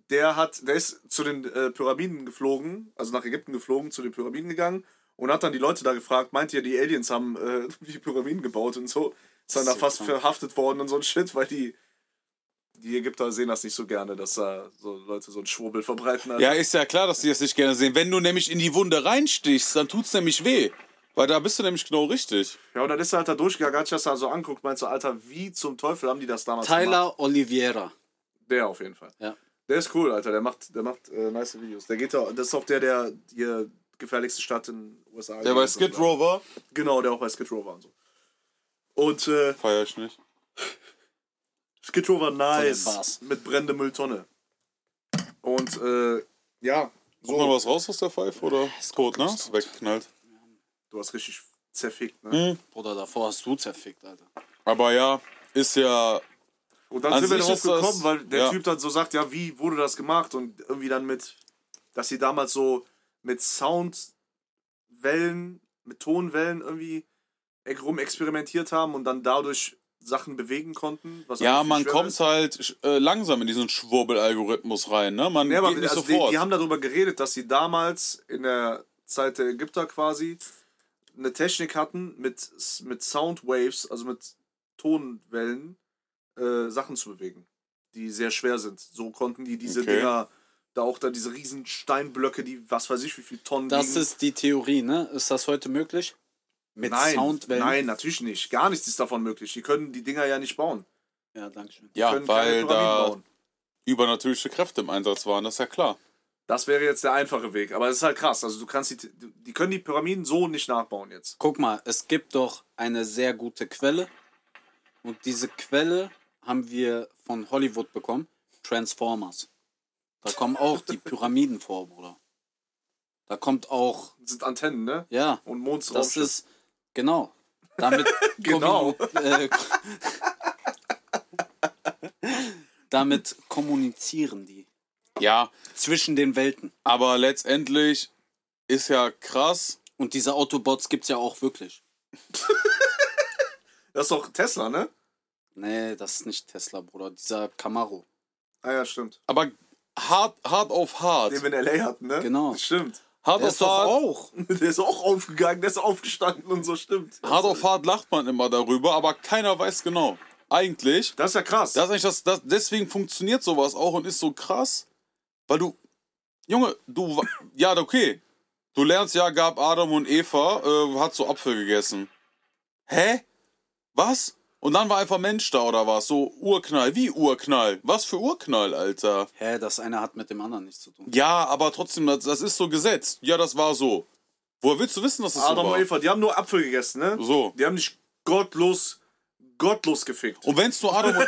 C: Der hat, der ist zu den äh, Pyramiden geflogen, also nach Ägypten geflogen, zu den Pyramiden gegangen und hat dann die Leute da gefragt, meint ihr, die Aliens haben äh, die Pyramiden gebaut und so? Ist dann
E: Das
C: da
E: ist
C: fast
E: so krank.
C: verhaftet worden und so ein Shit, weil die, die Ägypter sehen das nicht so gerne, dass da so Leute so ein Schwurbel verbreiten. Alter.
D: Ja, ist ja klar, dass die das nicht gerne sehen. Wenn du nämlich in die Wunde reinstichst, dann tut's nämlich weh. Weil da bist du nämlich genau richtig.
C: ja, und dann ist er halt da durchgegangen, hat sich das da so anguckt, meinst du, Alter, wie zum Teufel haben die das damals gemacht?
E: Tyler Oliveira.
C: Der auf jeden Fall.
E: Ja.
C: Der ist cool, Alter. Der macht, der macht äh, nice Videos. Der geht da, das ist auch der, der die gefährlichste Stadt in den USA.
D: Der bei Skid Row war?
C: Genau, der auch bei Skid Row war und so. Und äh,
D: Feier ich nicht.
C: Skid Row war
E: Von den Bars.
C: nice. Mit brennende Mülltonne. Und äh, ja,
D: Guck mal
C: so.
D: was raus aus der Pfeife oder? Ist tot, ne? Ist weggeknallt. Hm.
C: Du hast richtig zerfickt, ne?
E: Bruder, davor hast du zerfickt, Alter.
D: Aber ja, ist ja.
C: Und dann
D: An
C: sind wir
D: sich
C: darauf
D: ist Also das-
C: gekommen, weil der
D: ja.
C: Typ dann so sagt, ja, wie wurde das gemacht? Und irgendwie dann mit, dass sie damals so mit Soundwellen, mit Tonwellen irgendwie ex- rumexperimentiert haben und dann dadurch Sachen bewegen konnten. Was
D: Ja,
C: eigentlich
D: man
C: schwer
D: kommt
C: ist.
D: halt äh, langsam in diesen Schwurbel-Algorithmus rein, ne? Man
C: Ja, aber
D: geht nicht
C: also die,
D: sofort.
C: die haben darüber geredet, dass sie damals in der Zeit der Ägypter quasi eine Technik hatten, mit, mit Soundwaves, also mit Tonwellen, äh, Sachen zu bewegen, die sehr schwer sind. So konnten die diese
D: Okay.
C: Dinger, da auch da diese riesen Steinblöcke, die was weiß ich, wie viel Tonnen
E: Das
C: wiegen.
E: ist die Theorie, ne? Ist das heute möglich? Mit
C: nein,
E: Soundwellen?
C: Nein, natürlich nicht. Gar nichts ist davon möglich. Die können die Dinger ja nicht bauen.
E: Ja, danke schön.
C: Die
D: ja,
C: können keine
D: weil
C: Pyramiden
D: da
C: bauen.
D: übernatürliche Kräfte im Einsatz waren, das ist ja klar.
C: Das wäre jetzt der einfache Weg. Aber es ist halt krass. Also du kannst die, die können die Pyramiden so nicht nachbauen jetzt.
E: Guck mal, es gibt doch eine sehr gute Quelle. Und diese Quelle haben wir von Hollywood bekommen. Transformers. Da kommen auch die Pyramiden vor, Bruder. Da kommt auch,
C: sind Antennen, ne?
E: ja,
C: Und Mondsraum.
E: das ist, genau. Damit,
C: Genau.
E: kommuni- äh, damit kommunizieren die
D: Ja,
E: zwischen den Welten.
D: aber letztendlich ist ja krass.
E: Und diese Autobots gibt's ja auch wirklich.
C: Das ist doch Tesla, ne?
E: Nee, das ist nicht Tesla, Bruder. Dieser Camaro.
C: Ah ja, stimmt.
D: Aber hart, hart auf hart.
C: Den wir in L.A. hatten, ne?
E: Genau.
C: Stimmt.
D: Hart
E: Der ist
D: auf
E: doch
D: hart.
E: auch.
C: Der ist auch aufgegangen, der ist aufgestanden und so, stimmt.
D: Hart auf hart lacht man immer darüber, aber keiner weiß genau. Eigentlich
C: Das ist ja krass.
D: Das ist eigentlich das, das, deswegen funktioniert sowas auch und ist so krass, weil du, Junge, du, wa- ja, okay, du lernst ja, gab Adam und Eva, äh, hat so Apfel gegessen. Hä? Was? Und dann war einfach Mensch da oder was? So Urknall, wie Urknall? Was für Urknall, Alter?
E: Hä, das eine hat mit dem anderen nichts zu tun.
D: Ja, aber trotzdem, das, das ist so gesetzt. Ja, das war so. Woher willst du wissen, dass das
C: Adam
D: so war?
C: und Eva, die haben nur Apfel gegessen, ne?
D: So.
C: Die haben nicht gottlos, gottlos gefickt.
D: Und wenn's nur Adam und...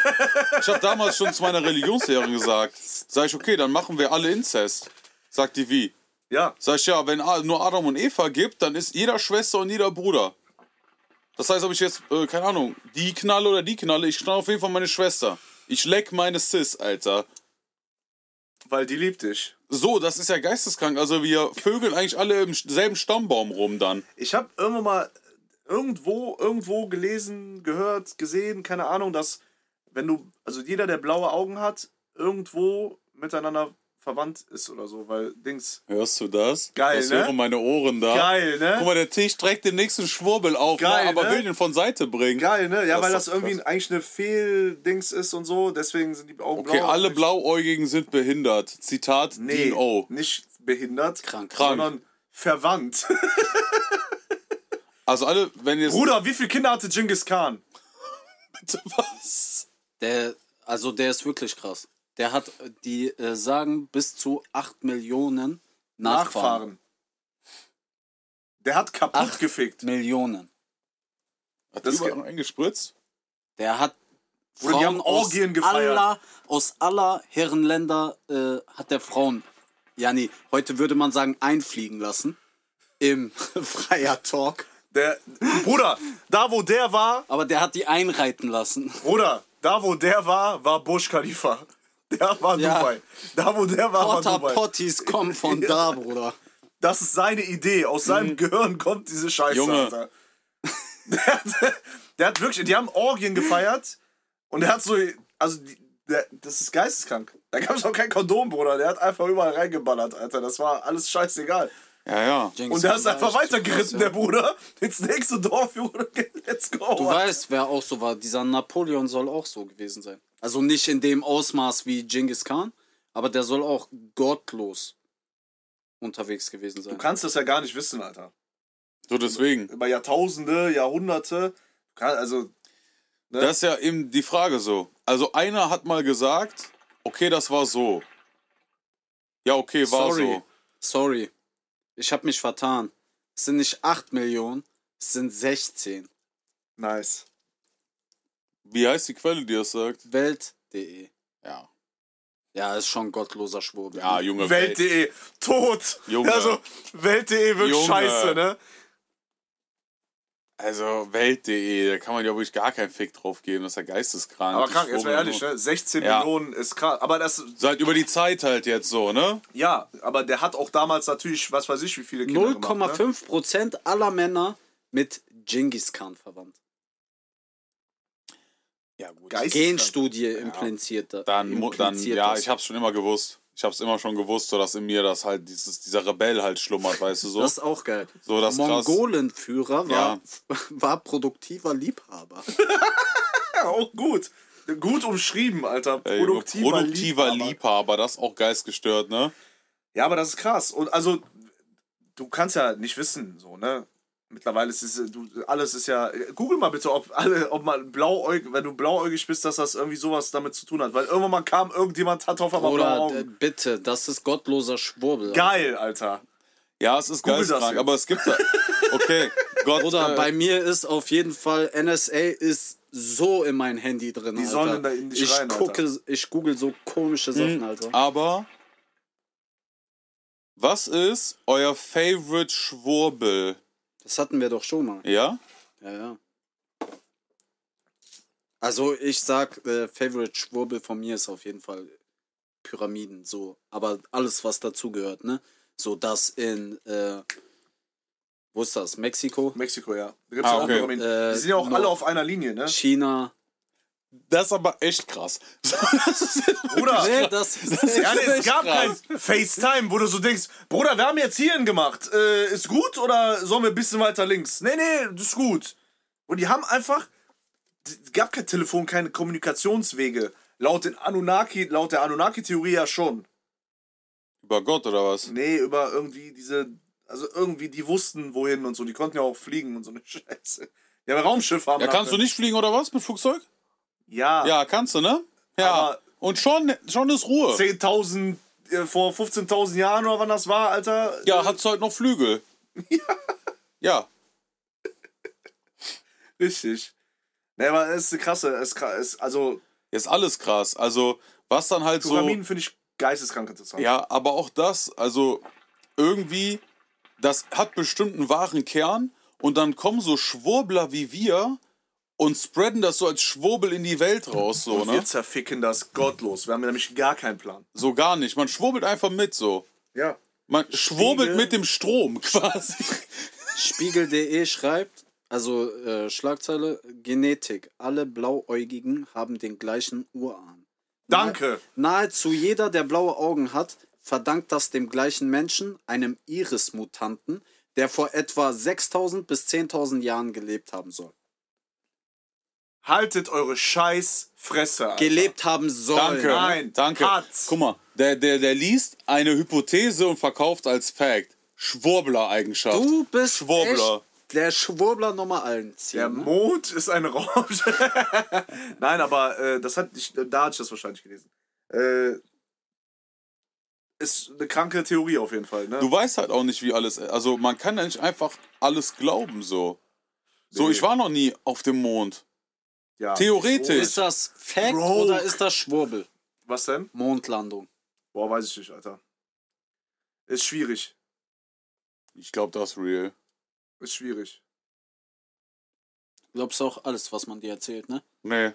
D: Ich habe damals schon zu meiner Religionslehrerin gesagt, sag ich, okay, dann machen wir alle Inzest. Sagt die, wie?
C: Ja.
D: Sag ich ja, wenn A- nur Adam und Eva gibt, dann ist jeder Schwester und jeder Bruder. Das heißt, ob ich jetzt, äh, keine Ahnung, die knalle oder die knalle, ich knalle auf jeden Fall meine Schwester. Ich leck meine Sis, Alter.
C: Weil die liebt dich.
D: So, das ist ja geisteskrank. Also wir vögeln eigentlich alle im selben Stammbaum rum dann.
C: Ich habe irgendwann mal irgendwo, irgendwo gelesen, gehört, gesehen, keine Ahnung, dass wenn du, also jeder, der blaue Augen hat, irgendwo miteinander verwandt ist oder so, weil Dings.
D: Hörst du das?
C: Geil,
D: das
C: ne?
D: hören meine Ohren da.
C: Geil, ne?
D: Guck mal, der Tisch trägt den nächsten Schwurbel auf,
C: Geil,
D: ne? aber
C: ne?
D: will den von Seite bringen.
C: Geil, ne? Ja,
D: Das
C: weil
D: ist
C: das
D: doch
C: irgendwie eigentlich eine Fehldings ist und so, deswegen sind die Augen
D: Okay,
C: blau.
D: alle Blauäugigen sind behindert. Zitat
C: Nee,
D: Dean O.
C: nicht behindert,
E: Krank.
C: sondern verwandt.
D: Also alle, wenn jetzt...
C: Bruder, wie viele Kinder hatte Genghis Khan?
D: Was?
E: Der, also der ist wirklich krass. Der hat, äh, die äh, sagen, bis zu 8 Millionen Nachfahren.
C: Nachfahren. Der hat kaputt
E: Acht
C: gefickt.
E: Millionen.
C: Das
D: Hat das
C: ist ge-
D: überall eingespritzt?
E: Der hat
C: Bruder, die haben Orgien
E: aus
C: gefeiert.
E: aller, aus aller Herrenländer äh, hat der Frauen, ja nee, heute würde man sagen, einfliegen lassen. Im Freier Talk.
C: Der, Bruder, da wo der war,
E: Aber der hat die einreiten lassen.
C: Bruder, da wo der war, war Bush Khalifa. Der war
E: Ja.
C: Dubai. Da wo der war, war
E: Potter
C: Dubai.
E: Potties kommen von da, Bruder.
C: Das ist seine Idee. Aus seinem Gehirn kommt diese Scheiße,
D: Mhm. Junge.
C: Alter. Der hat, der hat wirklich, die haben Orgien gefeiert und der hat so, also die, der, das ist geisteskrank. Da gab es auch kein Kondom, Bruder. Der hat einfach überall reingeballert, Alter. Das war alles scheißegal.
D: Ja, ja.
C: Und der ist einfach weitergeritten, der Bruder. Ins nächste Dorf, Junge. Let's go.
E: Du weißt, wer auch so war. Dieser Napoleon soll auch so gewesen sein. Also nicht in dem Ausmaß wie Genghis Khan, aber der soll auch gottlos unterwegs gewesen sein.
C: du kannst das ja gar nicht wissen, Alter.
D: So deswegen.
C: über Jahrtausende, Jahrhunderte. Kann- Also,
D: Das ist ja eben die Frage so. Also einer hat mal gesagt, okay, das war so. Ja, okay, war
E: Sorry.
D: so.
E: Sorry. Ich habe mich vertan. Es sind nicht 8 Millionen, es sind 16.
C: nice.
D: Wie heißt die Quelle, die das sagt?
E: Welt.de.
D: Ja.
E: Ja, ist schon gottloser Schwurbel.
D: Ja,
E: ne?
D: Junge. Welt.
C: Welt.de, E, tot.
D: Junge.
C: Also, Welt.de wird
D: Junge.
C: scheiße, ne?
D: Also Welt.de, da kann man ja wirklich gar keinen Fick drauf geben, das ist ja geisteskrank.
C: Aber krank,
D: Die
C: jetzt mal
D: Schwurbel-
C: ehrlich, ne? 16
D: Ja.
C: Millionen ist krass. Aber das,
D: Seit über die Zeit halt jetzt so, ne?
C: ja, aber der hat auch damals natürlich, was weiß ich, wie viele Kinder gemacht. ne? 0,5.
E: 0,5% aller Männer mit Genghis Khan verwandt.
D: Ja, gut.
E: Genstudie impliziert da.
D: Dann, mu- dann
E: impliziert
D: ja,
E: das.
D: ich hab's schon immer gewusst. Ich hab's immer schon gewusst, so dass in mir das halt dieses, dieser Rebell halt schlummert, weißt du so.
E: Das ist auch geil.
D: So, das ist krass.
E: Mongolenführer war, war produktiver Liebhaber.
C: Ja, auch gut. Gut umschrieben, Alter.
D: Ey, Junge,
C: Produktiver,
D: produktiver
C: Liebhaber.
D: Liebhaber, das ist auch geistgestört, ne?
C: Ja, aber das ist krass. Und also, du kannst ja nicht wissen, so, ne? Mittlerweile ist es, du, alles ist ja. Google mal bitte, ob alle, ob man blauäugig, wenn du blauäugig bist, dass das irgendwie sowas damit zu tun hat. Weil irgendwann mal kam, irgendjemand hat auf einmal blaue
E: Oder d-
C: Augen.
E: bitte, das ist gottloser Schwurbel.
C: Geil, Alter.
D: Ja, es ist
C: Google das
D: geisteskrank,
C: jetzt.
D: aber es gibt da. Okay, Gott.
E: Oder
D: äh,
E: bei mir ist auf jeden Fall NSA ist so in mein Handy drin.
C: Die
E: Alter.
C: sollen da in dich
E: ich
C: rein, Alter.
E: gucke, ich google so komische
D: Hm.
E: Sachen, Alter.
D: aber. Was ist euer favorite Schwurbel?
E: Das hatten wir doch schon mal.
D: Ja?
E: Ja, ja. Also ich sag, äh, Favorite Schwurbel von mir ist auf jeden Fall Pyramiden, so. Aber alles, was dazugehört, ne? So das in, äh, wo ist das? Mexiko,
C: Mexiko, ja. Da gibt's
D: Ah,
C: ja auch
D: okay.
C: Pyramiden.
E: Äh,
C: Die sind ja auch
E: no.
C: alle auf einer Linie, ne?
E: China.
D: Das ist aber echt krass.
C: Bruder!
E: Nee, das ist
C: Ja, nee, es gab kein
D: krass.
C: FaceTime, wo du so denkst, Bruder, wir haben jetzt hierhin gemacht. Äh, ist gut oder sollen wir ein bisschen weiter links? Nee, nee, das ist gut. Und die haben einfach, es gab kein Telefon, keine Kommunikationswege. Laut den Anunnaki, laut der Anunnaki-Theorie ja schon.
D: Über Gott oder was?
C: Nee, über irgendwie diese, also irgendwie, die wussten wohin und so. Die konnten ja auch fliegen und so eine Scheiße. Ja, aber Raumschiff haben.
D: Ja, kannst du nicht fliegen oder was mit Flugzeug?
C: Ja,
D: Ja, kannst du, ne? Ja.
C: Aber-
D: Und schon, schon ist Ruhe.
C: 10.000, äh, vor 15.000 Jahren oder wann das war, Alter.
D: Ja, hat's halt noch Flügel. Ja.
C: Richtig. Nee, aber es ist eine krasse, es ist kra- es, also
D: Ist alles krass. Also, was dann halt
C: Pyramiden finde ich geisteskrank interessant.
D: so. Ja, aber auch das, also irgendwie, das hat bestimmt einen wahren Kern Und dann kommen so Schwurbler wie wir und spreaden das so als Schwurbel in die Welt raus, so,
C: Und wir
D: ne?
C: zerficken das gottlos. Wir haben nämlich gar keinen Plan.
D: So gar nicht. Man schwurbelt einfach mit, so.
C: Ja.
D: Man schwurbelt
C: Spiegel.
D: mit dem Strom quasi.
E: Spiegel.de schreibt, also äh, Schlagzeile, Genetik. Alle Blauäugigen haben den gleichen Urahn.
C: Danke.
E: Nahezu jeder, der blaue Augen hat, verdankt das dem gleichen Menschen, einem Iris-Mutanten, der vor etwa 6000 bis 10.000 Jahren gelebt haben soll.
C: Haltet eure scheiß Fresse. Alter.
E: Gelebt haben soll. ne?
D: Danke.
C: Nein,
D: danke.
C: Katz.
D: Guck mal, der, der, der liest eine Hypothese und verkauft als Fact. Schwurbler-Eigenschaft.
E: Du bist
D: Schwurbler.
E: Echt der Schwurbler Nummer eins. hier,
C: Der
E: ne?
C: Mond ist ein Raumschiff. Nein, aber äh, das hat ich, da hatte ich das wahrscheinlich gelesen. Äh, ist eine kranke Theorie auf jeden Fall. Ne?
D: Du weißt halt auch nicht, wie alles. Also, man kann ja nicht einfach alles glauben, so. So,
C: Nee.
D: ich war noch nie auf dem Mond.
C: ja.
D: Theoretisch.
E: Ist das Fact
C: Bro.
E: oder ist das Schwurbel?
C: Was denn?
E: Mondlandung.
C: Boah, weiß ich nicht, Alter. Ist schwierig.
D: Ich glaube, das ist real.
C: Ist schwierig.
E: Glaubst auch alles, was man dir erzählt, ne?
D: Nee.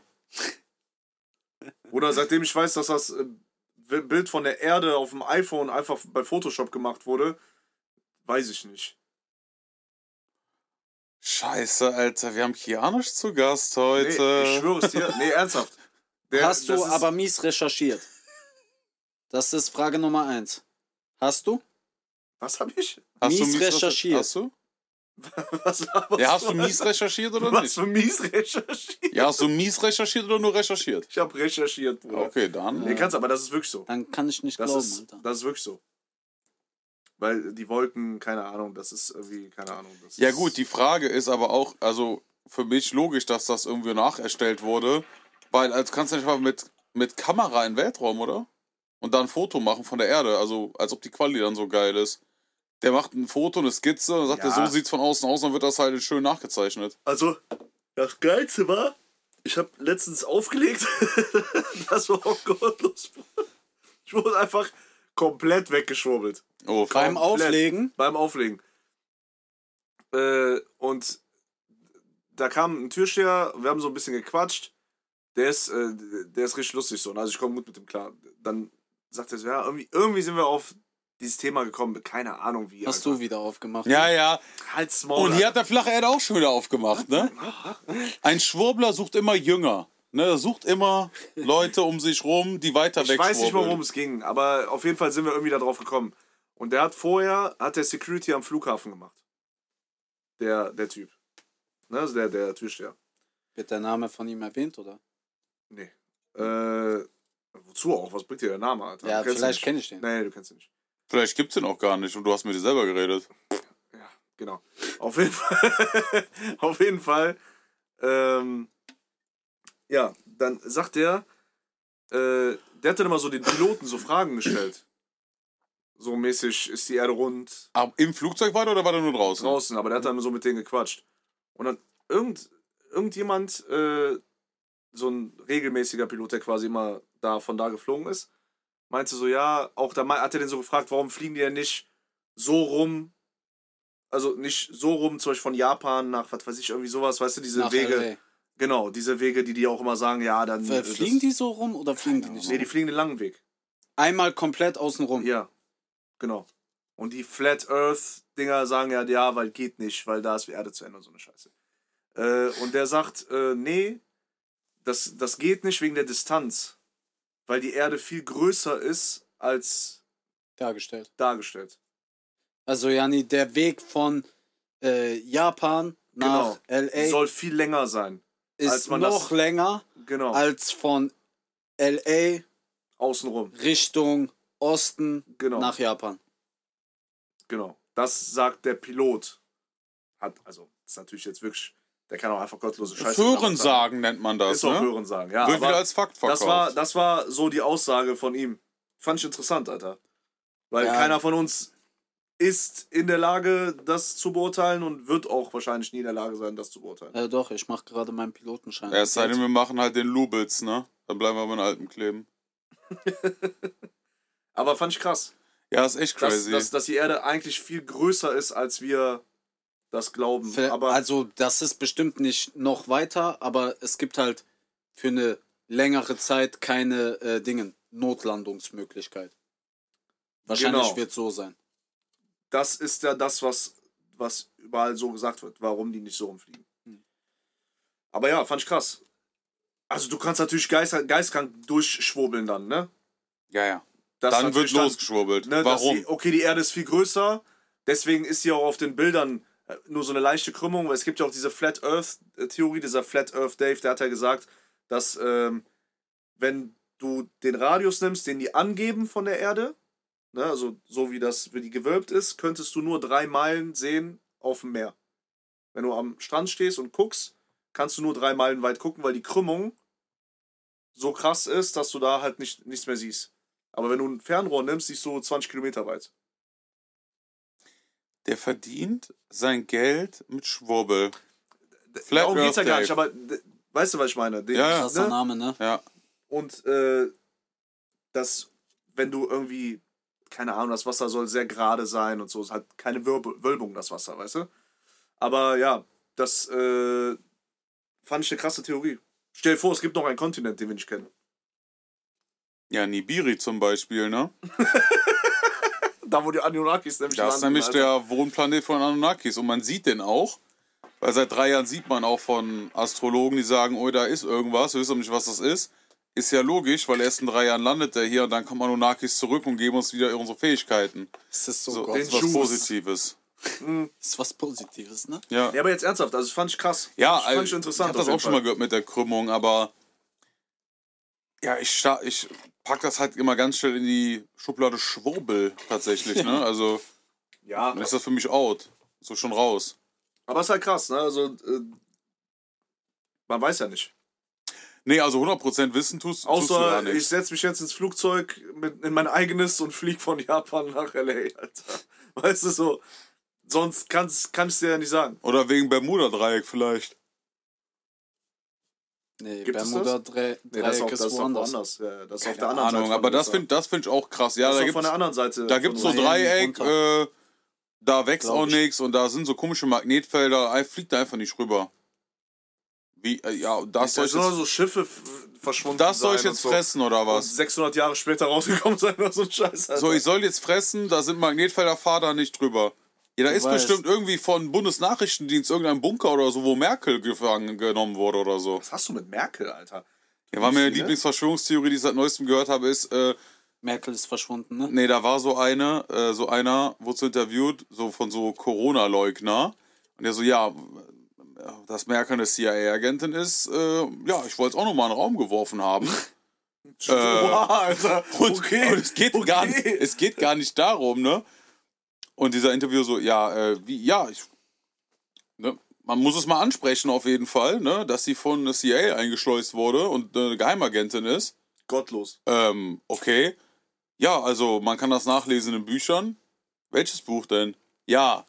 C: Oder seitdem ich weiß, dass das äh, Bild von der Erde auf dem iPhone einfach bei Photoshop gemacht wurde, weiß ich nicht.
D: Scheiße, Alter, wir haben Kianosch zu Gast
C: Nee,
D: heute.
C: ich schwöre es dir. Nee, ernsthaft. Der-
E: Hast du
C: das ist-
E: aber mies recherchiert. Das ist Frage Nummer eins. Hast du?
C: Was hab ich?
D: hast du
E: mies
D: recherch-
E: recherchiert.
D: Hast du?
C: Was, was,
D: Ja, hast du mies recherchiert oder
C: Was
D: nicht?
C: für mies recherchiert?
D: Ja, hast du mies recherchiert oder nur recherchiert?
C: Ich hab recherchiert, Bruder.
D: Okay, dann.
C: Nee, kannst aber das ist wirklich so.
E: Dann kann ich nicht
C: Das
E: glauben,
C: ist,
E: Alter.
C: das ist wirklich so. Weil die Wolken, keine Ahnung, das ist irgendwie, keine Ahnung. Das
D: Ja
C: ist,
D: gut, die Frage ist aber auch, also für mich logisch, dass das irgendwie nacherstellt wurde, weil als kannst du nicht mal mit, mit Kamera in den Weltraum, oder? Und dann ein Foto machen von der Erde, also als ob die Quali dann so geil ist. Der macht ein Foto, eine Skizze und sagt,
C: Ja.
D: so sieht's von außen aus, dann wird das halt schön nachgezeichnet.
C: Also, das Geilste war, ich habe letztens aufgelegt. das war auch gottlos. Ich wurde einfach komplett weggeschwurbelt.
D: Oh,
E: Beim
D: fuck.
C: komplett.
E: Auflegen?
C: Beim Auflegen. Äh, und da kam ein Türsteher, wir haben so ein bisschen gequatscht. Der ist, äh, der ist richtig lustig so. Und Also ich komme gut mit dem klar. Dann sagt er so, ja, irgendwie, irgendwie sind wir auf dieses Thema gekommen. Keine Ahnung wie.
E: Hast du wieder aufgemacht?
D: Ja, ja.
C: Halt's Maul.
D: Oh, Und hier
C: Alter.
D: hat der flache Erde auch schon wieder aufgemacht, ne? Ein Schwurbler sucht immer Jünger. Ne, er sucht immer Leute um sich rum, die weiter
C: ich weiß nicht,
D: wegschwurbeln.
C: worum es ging, aber auf jeden Fall sind wir irgendwie da drauf gekommen. Und der hat vorher, hat der Security am Flughafen gemacht. Der, der Typ. Ne, also der, der Türsteher.
E: Wird der Name von ihm erwähnt, oder?
C: Nee. Äh, wozu auch? Was bringt dir der Name, Alter?
E: Ja,
C: Du kennst ihn
E: vielleicht
C: nicht.
E: kenn ich den.
C: Nee, du kennst ihn nicht.
D: Vielleicht gibt's den auch gar nicht und du hast mit dir selber geredet.
C: Ja, genau. Auf jeden Fall. auf jeden Fall. Ähm, ja, dann sagt der, äh, der hat dann immer so den Piloten so Fragen gestellt. So mäßig, ist die Erde rund?
D: Aber im Flugzeug war der oder war der nur draußen?
C: draußen, aber der hat dann so mit denen gequatscht. Und dann irgend, irgendjemand, äh, so ein regelmäßiger Pilot, der quasi immer da von da geflogen ist, meinte so, ja, auch da mei- hat er den so gefragt, warum fliegen die denn nicht so rum, also nicht so rum, zum Beispiel von Japan nach, was weiß ich, irgendwie sowas, weißt du, diese
E: Nach
C: Wege,
E: LA.
C: genau, diese Wege, die die auch immer sagen, ja, dann...
E: Äh, Fliegen die so rum oder fliegen die nicht so
C: Nee, die
E: rum?
C: fliegen den langen Weg.
E: Einmal komplett außen rum.
C: Ja, genau. Und die Flat Earth-Dinger sagen ja, ja, weil geht nicht, weil da ist die Erde zu Ende und so eine Scheiße. Äh, und der sagt, äh, nee, das, das geht nicht wegen der Distanz, weil die Erde viel größer ist als
E: Dargestellt.
C: dargestellt.
E: Also, Jani, der Weg von äh, Japan nach
C: Die
E: LA
C: Genau. Soll viel länger sein. als
E: ist
C: man das-
E: noch länger
C: Genau.
E: als von LA
C: Außenrum.
E: Richtung Osten
C: Genau.
E: nach Japan.
C: Genau. Das sagt der Pilot. Hat, also, ist natürlich jetzt wirklich, der kann auch einfach gottlose Scheiße sagen.
D: Föhrensagen nennt man das,
C: Ist auch
D: ne?
C: Hören sagen, ja.
D: Wird
C: aber-
D: wieder als Fakt verkauft.
C: Das war, das war so die Aussage von ihm. Fand ich interessant, Alter. Weil
E: Ja.
C: keiner von uns ist in der Lage, das zu beurteilen und wird auch wahrscheinlich nie in der Lage sein, das zu beurteilen.
E: Äh, doch, ich mache gerade meinen Pilotenschein.
D: ja, es sei denn, wir machen halt den Lubitz, ne? Dann bleiben wir bei den Alpen kleben.
C: Aber fand ich krass,
D: Ja, ist echt
C: dass,
D: crazy.
C: dass, dass die Erde eigentlich viel größer ist, als wir das glauben.
E: Für,
C: aber
E: also das ist bestimmt nicht noch weiter, aber es gibt halt für eine längere Zeit keine äh, Dingen, Notlandungsmöglichkeit. Wahrscheinlich
C: Genau.
E: wird so sein.
C: das ist ja das, was, was überall so gesagt wird, warum die nicht so rumfliegen.
D: Hm.
C: Aber ja, fand ich krass. Also du kannst natürlich geist, geistkrank durchschwobeln dann, ne?
D: Ja, ja.
C: Das
D: Dann
C: ist
D: wird
C: natürlich
D: losgeschwurbelt.
C: Ne, dass
D: Warum?
C: Die, okay, die Erde ist viel größer, deswegen ist sie auch auf den Bildern äh, nur so eine leichte Krümmung. weil Es gibt ja auch diese Flat Earth äh, Theorie, dieser Flat Earth Dave, der hat ja gesagt, dass ähm, wenn du den Radius nimmst, den die angeben von der Erde, ne, also so wie das, wie die gewölbt ist, könntest du nur drei Meilen sehen auf dem Meer. Wenn du am Strand stehst und guckst, kannst du nur drei Meilen weit gucken, weil die Krümmung so krass ist, dass du da halt nicht, nichts mehr siehst. Aber wenn du ein Fernrohr nimmst, siehst du 20 Kilometer weit.
D: Der verdient sein Geld mit Schwurbel. Flat
C: Darum geht's ja
D: Earth
C: gar
D: Dave.
C: nicht, aber d- weißt du, was ich meine? Den,
D: Ja, ja.
E: Krasser Name, ne?
D: Ja.
C: Und äh, das, wenn du irgendwie, keine Ahnung, das Wasser soll sehr gerade sein und so, es hat keine Wirbel, Wölbung, das Wasser, weißt du? Aber ja, das äh, fand ich eine krasse Theorie. Stell dir vor, es gibt noch einen Kontinent, den wir nicht kennen.
D: Ja, Nibiri zum Beispiel, ne?
C: Da, wo die Anunnakis nämlich
D: Das ist
C: landen,
D: nämlich
C: Alter.
D: der Wohnplanet von Anunnakis und man sieht den auch. Weil seit drei Jahren sieht man auch von Astrologen, die sagen, oh, da ist irgendwas, wir wissen aber nicht, was das ist. Ist ja logisch, weil erst in drei Jahren landet der hier und dann kommen Anunnakis zurück und geben uns wieder unsere Fähigkeiten.
E: Es
C: Oh
E: ist so,
D: So,
E: Gott,
D: das ist was
E: was,
C: Juice.
D: Positives.
E: ist was Positives, ne?
D: Ja,
C: Ja, aber jetzt ernsthaft, also das fand ich krass.
D: ja
C: das fand ich
D: also,
C: interessant.
D: Ich hab das
C: auf jeden
D: auch schon
C: Fall.
D: mal gehört mit der Krümmung, aber ja, ich, sta- ich pack das halt immer ganz schnell in die Schublade Schwurbel tatsächlich. Ne? Also
C: Ja,
D: dann ist das für mich out. So schon raus.
C: aber es ist halt krass, ne? Also, äh, man weiß ja nicht.
D: Nee, also 100% Wissen tust, tust du gar
C: Außer
D: nicht.
C: ich setze mich jetzt ins Flugzeug mit, in mein eigenes und fliege von Japan nach LA, Alter. Weißt du so? Sonst kann's, kann ich dir ja nicht sagen.
D: Oder wegen Bermuda-Dreieck vielleicht.
E: Nee,
C: Gibt es
E: Bermuda Dre Dreieck
C: Nee, das ist, auch, das
E: ist
C: ist doch
E: woanders.
C: woanders. Ja, ja, das ist auf der
D: Keine
C: anderen
D: Ahnung,
C: Seite.
D: aber das finde das find ich auch krass. Ja, da
C: ich. von der
D: gibt's,
C: anderen Seite.
D: da gibt's so
C: von-
E: Miami
D: Dreieck, äh, da wächst
E: Glaub
D: auch
E: ich.
D: nichts und da sind so komische Magnetfelder. Ei, Fliegt da einfach nicht rüber. Wie, äh, ja, das soll
C: Da
D: ich
C: sind nur
D: jetzt,
C: so Schiffe f- verschwunden.
D: das soll ich
C: sein und
D: jetzt
C: so.
D: fressen oder
C: Und
D: was?
C: 600 Jahre später rausgekommen sein oder so ein Scheiß. Alter.
D: So, ich soll jetzt fressen, da sind Magnetfelder, fahr da nicht drüber. Ja, da ist
E: weißt.
D: bestimmt irgendwie von Bundesnachrichtendienst irgendein Bunker oder so, wo Merkel gefangen genommen wurde oder so.
C: Was hast du mit Merkel, Alter?
D: Ja, war meine
C: Viele?
D: Lieblingsverschwörungstheorie, die ich seit neuestem gehört habe, ist, äh,
E: Merkel ist verschwunden, ne?
D: Nee, da war so eine, äh, so einer wurde so interviewt, so von so Corona-Leugner. Und der so, ja, dass Merkel eine CIA-Agentin ist, äh, ja, ich wollte es auch nochmal in den Raum geworfen haben. äh,
C: Boah, Alter.
D: und,
C: okay.
D: und es, geht gar nicht, es geht gar nicht darum, ne? Und dieser Interview so, ja, äh, wie, ja, ich, ne? man muss es mal ansprechen auf jeden Fall, ne? Dass sie von der CIA eingeschleust wurde und eine Geheimagentin ist.
C: Gottlos.
D: Ähm, okay. Ja, also man kann das nachlesen in Büchern. Welches Buch denn? Ja,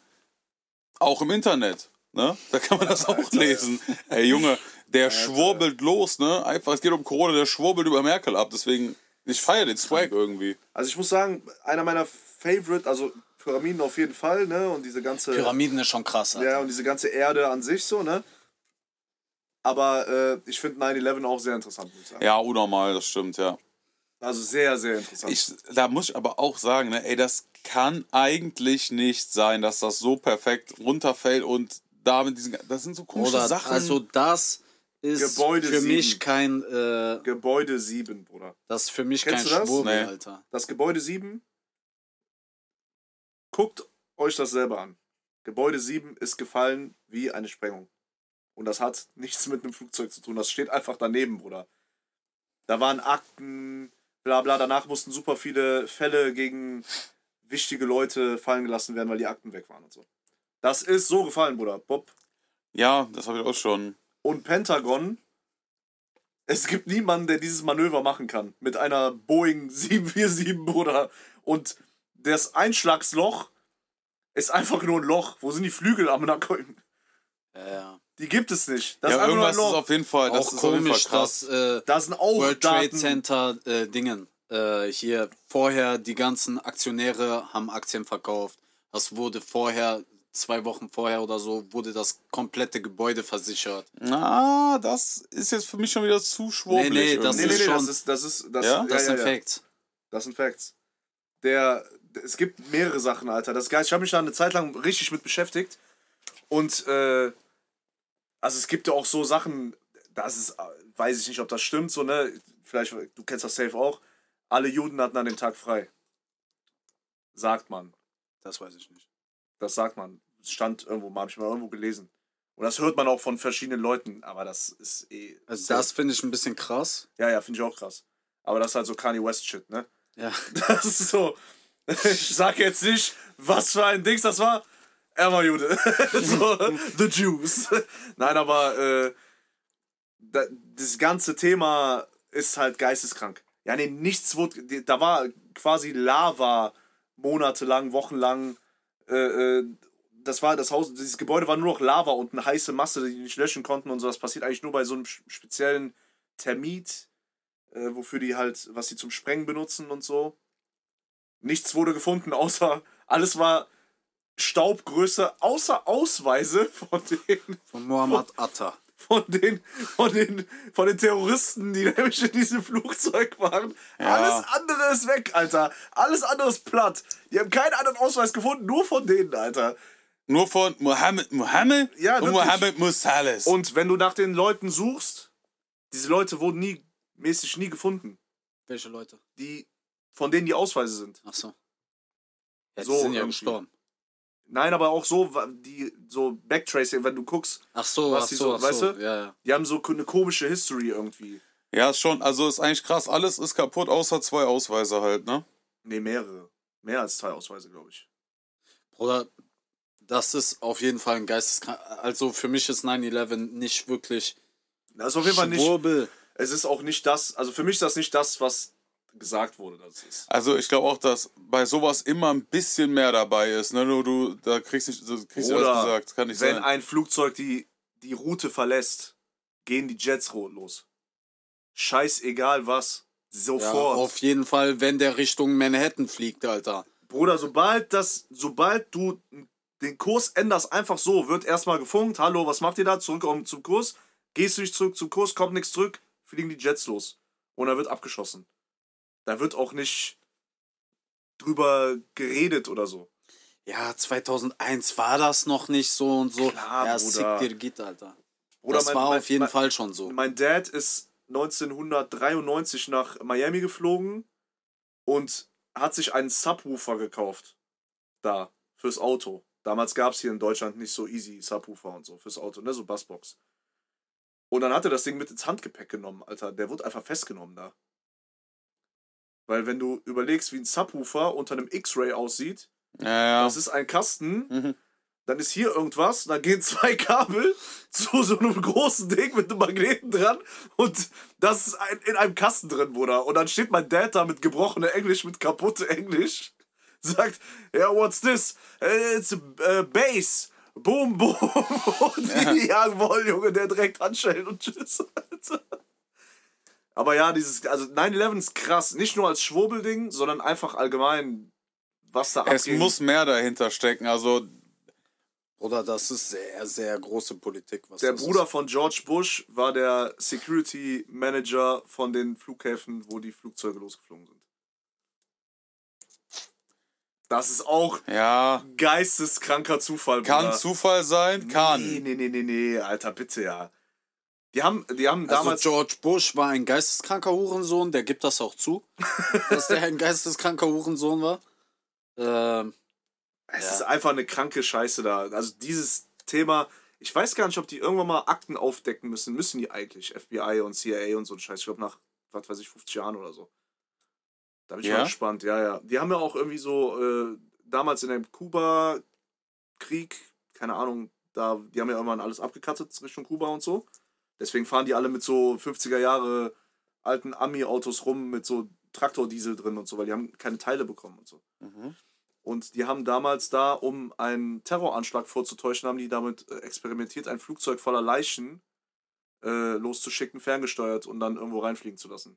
D: auch im Internet. Ne? Da kann man das auch lesen. Ey, Junge, der schwurbelt los, ne? Einfach, es geht um Corona, der schwurbelt über Merkel ab. Deswegen, ich feiere den Swag irgendwie.
C: Also ich muss sagen, einer meiner Favorite, also Pyramiden auf jeden Fall, ne? Und diese ganze.
E: Pyramiden ist schon krass, Alter.
C: Ja, und diese ganze Erde an sich so, ne? Aber äh, ich finde 9-11 auch sehr interessant, muss ich sagen.
D: Ja, unnormal, das stimmt, ja.
C: Also sehr, sehr interessant.
D: Ich, da muss ich aber auch sagen, ne, ey, das kann eigentlich nicht sein, dass das so perfekt runterfällt und damit diesen. Das sind so komische
E: Oder,
D: Sachen.
E: also das ist
C: Gebäude
E: für mich
C: sieben.
E: kein, äh,
C: Gebäude 7, Bruder.
E: das ist für mich
C: Kennst du
E: kein
C: das?
E: Schwurbel,
D: Nee.
E: Alter.
C: Das Gebäude 7, guckt euch das selber an. Gebäude 7 ist gefallen wie eine Sprengung. Und das hat nichts mit einem Flugzeug zu tun. Das steht einfach daneben, Bruder. Da waren Akten, bla bla. Danach mussten super viele Fälle gegen wichtige Leute fallen gelassen werden, weil die Akten weg waren und so. Das ist so gefallen, Bruder. Bob.
D: ja, das habe ich auch schon.
C: und Pentagon. Es gibt niemanden, der dieses Manöver machen kann. Mit einer Boeing 747, Bruder. Und das Einschlagsloch ist einfach nur ein Loch. Wo sind die Flügel am Nacken?
E: Ja, ja.
C: Die gibt es nicht. Das
D: ja,
C: ist einfach nur
D: irgendwas
C: ein
D: ist
C: Loch.
D: auf jeden Fall, das
E: Auch
D: ist auf jeden Fall
E: komisch,
D: krass.
E: dass äh,
C: Da sind auch
E: World Trade
C: Daten.
E: Center äh, Dingen. Äh, hier vorher die ganzen Aktionäre haben Aktien verkauft. Das wurde vorher zwei Wochen vorher oder so wurde das komplette Gebäude versichert.
D: Na, das ist jetzt für mich schon wieder zu schwurbelig.
E: Nee, nee, das
C: Nee,
D: irgendwie.
C: nee,
E: ist
C: nee,
E: schon-
C: das ist, das ist, das,
D: Ja?
E: Das
C: ja,
E: sind
C: ja.
E: Facts.
C: Das sind Facts. Der, es gibt mehrere Sachen, Alter. Das ist geil. Ich habe mich da eine Zeit lang richtig mit beschäftigt. Und, äh, also es gibt ja auch so Sachen, das ist, äh, weiß ich nicht, ob das stimmt, so, ne? Vielleicht, du kennst das safe auch. Alle Juden hatten an dem Tag frei. Sagt man.
E: Das weiß ich nicht.
C: Das sagt man. Es Stand irgendwo, mal, hab ich mal irgendwo gelesen. Und das hört man auch von verschiedenen Leuten, aber das ist eh.
E: Also das finde ich ein bisschen krass.
C: Ja, ja, finde ich auch krass. Aber das ist halt so Kanye West-Shit, ne?
E: Ja.
C: Das ist so. Ich sag jetzt nicht, was für ein Dings das war. Er war Jude. so, the Jews. Nein, aber äh, da, das ganze Thema ist halt geisteskrank. Ja, nee, nichts wurde. Da war quasi Lava monatelang, wochenlang. Äh, äh, das war das Haus, dieses Gebäude war nur noch Lava und eine heiße Masse, die die nicht löschen konnten und so. Das passiert eigentlich nur bei so einem sch- speziellen Termit, äh, wofür die halt, was sie zum Sprengen benutzen und so. Nichts wurde gefunden, außer alles war Staubgröße, außer Ausweise von den,
E: Von Mohammed Atta.
C: von den, von den, von den Terroristen, die nämlich in diesem Flugzeug waren. Alles andere ist weg, Alter. Alles andere ist platt. Die haben keinen anderen Ausweis gefunden, nur von denen, Alter.
D: Nur von Mohammed Mohammed
C: Ja,
D: und
C: wirklich.
D: Mohammed Musalis.
C: Und wenn du nach den Leuten suchst, diese Leute wurden nie, mäßig nie gefunden,
E: Welche Leute?
C: die, von denen die Ausweise sind.
E: Ach so. Ja, die
C: So
E: sind ja
C: irgendwie.
E: gestorben.
C: Nein, aber auch so, wa- die, so Backtracing, wenn du guckst,
E: Ach so,
C: Was
E: ach
C: die
E: so,
C: so-
E: ach
C: weißt
E: so.
C: du?
E: Ja, ja.
C: die haben so eine komische History irgendwie.
D: ja, ist schon, also ist eigentlich krass, alles ist kaputt, außer zwei Ausweise halt, ne?
C: Ne, mehrere. Mehr als zwei Ausweise, glaube ich.
E: Bruder, das ist auf jeden Fall ein geisteskrank. Also für mich ist 9-11 nicht wirklich
C: Das ist auf jeden Fall nicht.
E: Schwurbel.
C: Es ist auch nicht das, also für mich ist das nicht das, was gesagt wurde, dass es ist.
D: Also ich glaube auch, dass bei sowas immer ein bisschen mehr dabei ist, ne? Nur du, da kriegst nicht, du kriegst ja
C: Oder
D: was gesagt, kann nicht
E: Also,
C: Wenn
D: sein.
C: ein Flugzeug die, die Route verlässt, gehen die Jets ro- los. Scheißegal was.
E: Ja,
C: Sofort.
E: auf jeden Fall, wenn der Richtung Manhattan fliegt, Alter.
C: Bruder, sobald das, sobald du den Kurs änderst, einfach so, wird erstmal gefunkt, hallo, was macht ihr da? Zurück um- zum Kurs, gehst du nicht zurück zum Kurs, kommt nichts zurück, fliegen die Jets los. Und dann wird abgeschossen. Da wird auch nicht drüber geredet oder so.
E: Ja, 2001 war das noch nicht so und so.
C: Klar,
E: ja,
C: Bruder.
E: sick dir geht, Alter.
C: Bruder,
E: das
C: mein-
E: war
C: mein-
E: auf jeden
C: mein-
E: Fall schon so.
C: Mein Dad ist 1993 nach Miami geflogen und hat sich einen Subwoofer gekauft. Da, fürs Auto. Damals gab es hier in Deutschland nicht so easy Subwoofer und so fürs Auto, ne? So Bassbox. Und dann hat er das Ding mit ins Handgepäck genommen, Alter. Der wurde einfach festgenommen da. Weil wenn du überlegst, wie ein Subwoofer unter einem X-Ray aussieht,
D: Ja, ja.
C: das ist ein Kasten,
D: Mhm.
C: dann ist hier irgendwas, dann gehen zwei Kabel zu so einem großen Ding mit einem Magneten dran und das ist ein, in einem Kasten drin, Bruder. Und dann steht mein Dad da mit gebrochenem Englisch, mit kaputte Englisch, sagt, ja, what's this? Äh, It's a äh, Bass. Boom, boom. Und die jagen wollen, Junge, der direkt anstellen und tschüss, Alter. Aber ja, dieses, also 9-11 ist krass. Nicht nur als Schwurbelding, sondern einfach allgemein, was da
D: Es
C: abging.
D: muss mehr dahinter stecken. Also
E: Bruder, das ist sehr, sehr große Politik. Was
C: Der
E: das
C: Bruder
E: Ist.
C: von George Bush war der Security Manager von den Flughäfen, wo die Flugzeuge losgeflogen sind. Das ist auch
D: ja,
C: geisteskranker Zufall.
D: kann
C: Bruder.
E: Also
D: Zufall sein, kann.
C: Nee, nee, nee, nee, nee, Alter, bitte ja. Die haben, die haben
E: Also
C: damals.
E: George Bush war ein geisteskranker Hurensohn, der gibt das auch zu, dass der ein geisteskranker Hurensohn war. Ähm,
C: Es
E: Ja.
C: ist einfach eine kranke Scheiße da. Also dieses Thema, ich weiß gar nicht, ob die irgendwann mal Akten aufdecken müssen. Müssen die eigentlich? FBI und CIA und so ein Scheiß. Ich glaube nach, was weiß ich, 50 Jahren oder so. Da bin ich
D: Ja?
C: mal gespannt. Ja, ja. Die haben ja auch irgendwie so äh, damals in dem Kuba-Krieg, keine Ahnung, da, die haben ja irgendwann alles abgekattet Richtung Kuba und so. Deswegen fahren die alle mit so 50er Jahre alten Ami-Autos rum mit so Traktordiesel drin und so, weil die haben keine Teile bekommen und so. Und die haben damals da, um einen Terroranschlag vorzutäuschen, haben die damit äh, experimentiert, ein Flugzeug voller Leichen äh, loszuschicken, ferngesteuert und dann irgendwo reinfliegen zu lassen.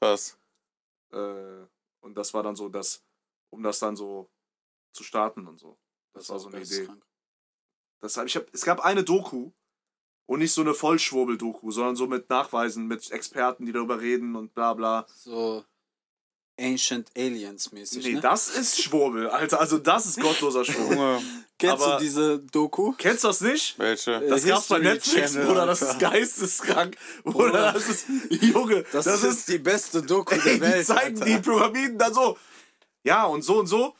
D: Krass.
C: Äh, und das war dann so das, um das dann so zu starten und so. Das, war so eine Idee.
E: geisteskrank.
C: Das hab, ich hab, es gab eine Doku und nicht so eine Vollschwurbel-Doku, sondern so mit Nachweisen, mit Experten, die darüber reden und bla bla.
E: So Ancient Aliens mäßig.
C: Nee,
E: ne?
C: das ist Schwurbel, Alter. Also das ist gottloser Schwurbel.
D: Junge,
E: Kennst
C: aber-
E: du diese Doku?
C: Kennst du das nicht?
D: welche?
C: Das
E: Äh,
C: gab's bei
E: History
C: Netflix,
E: Channel,
C: Bruder, das ist
E: Alter.
C: geisteskrank. Bruder,
E: Bruder.
C: das ist, Junge, das, ist
E: die beste Doku
C: Ey,
E: der Welt.
C: die zeigen die Pyramiden dann so. Ja, und so und so.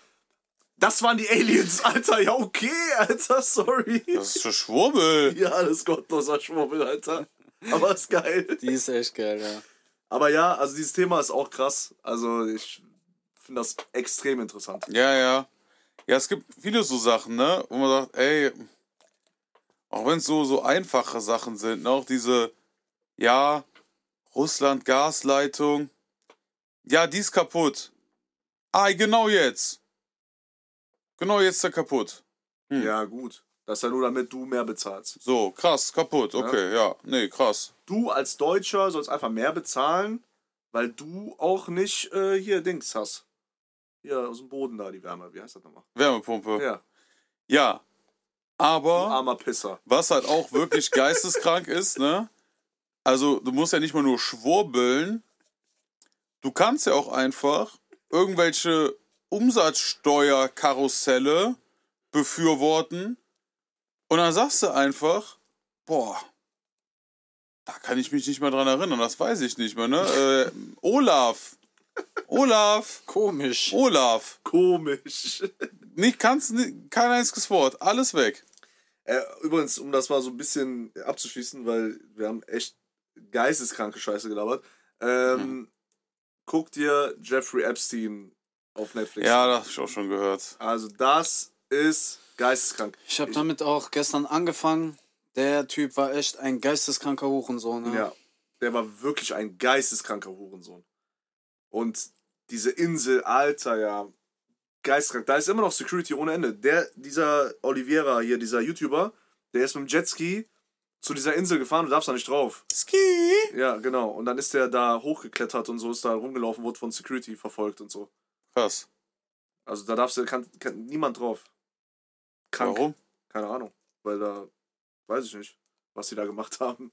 C: Das waren die Aliens, Alter. Ja, okay, Alter, sorry.
D: Das ist schon Schwurbel.
C: Ja, das ist gottloser Schwurbel, Alter. Aber ist geil.
E: Die ist echt geil, ja.
C: Aber ja, also dieses Thema ist auch krass. Also ich finde das extrem interessant.
D: Ja, ja. Ja, es gibt viele so Sachen, ne? Wo man sagt, ey, auch wenn es so, so einfache Sachen sind, ne? Auch diese, ja, Russland Gasleitung. Ja, die ist kaputt. Ah, genau jetzt. Genau jetzt ist er kaputt.
E: Hm.
C: Ja, gut. Das ist ja nur, damit du mehr bezahlst.
D: So, krass, kaputt. Okay, ja. Nee, krass.
C: Du als Deutscher sollst einfach mehr bezahlen, weil du auch nicht äh, hier Dings hast. Hier aus dem Boden da die Wärme. Wie heißt das nochmal?
D: Wärmepumpe. Ja.
C: Ja, du
D: Aber
C: armer Pisser.
D: was halt auch wirklich geisteskrank ist, ne? Also, du musst ja nicht mal nur schwurbeln. Du kannst ja auch einfach irgendwelche Umsatzsteuerkarusselle befürworten. Und dann sagst du einfach, boah, da kann ich mich nicht mehr dran erinnern, das weiß ich nicht mehr, ne? Äh, Olaf. Olaf.
E: Komisch.
D: Olaf.
C: Komisch.
D: Nicht, kannst, nicht- kein einziges Wort. Alles weg.
C: Äh, übrigens, um das mal so ein bisschen abzuschließen, weil wir haben echt geisteskranke Scheiße gelabert. Ähm, Guck dir Jeffrey Epstein auf Netflix.
D: Ja, das habe ich auch schon gehört.
C: Also das ist geisteskrank.
E: Ich habe damit auch gestern angefangen. Der Typ war echt ein geisteskranker Hurensohn. ne?
C: Ja.
E: Ja.
C: Der war wirklich ein geisteskranker Hurensohn. Und diese Insel, Alter, ja. Geisteskrank. Da ist immer noch Security ohne Ende. Der, dieser Oliveira hier, dieser YouTuber, der ist mit dem Jetski zu dieser Insel gefahren, du darfst da nicht drauf.
D: Ski.
C: Ja, genau. Und dann ist der da hochgeklettert und so, ist da rumgelaufen, wurde von Security verfolgt und so.
D: Krass.
C: Also da darfst du, kann, kann niemand drauf. Krank.
D: Warum?
C: Keine Ahnung. Weil da, weiß ich nicht, was die da gemacht haben.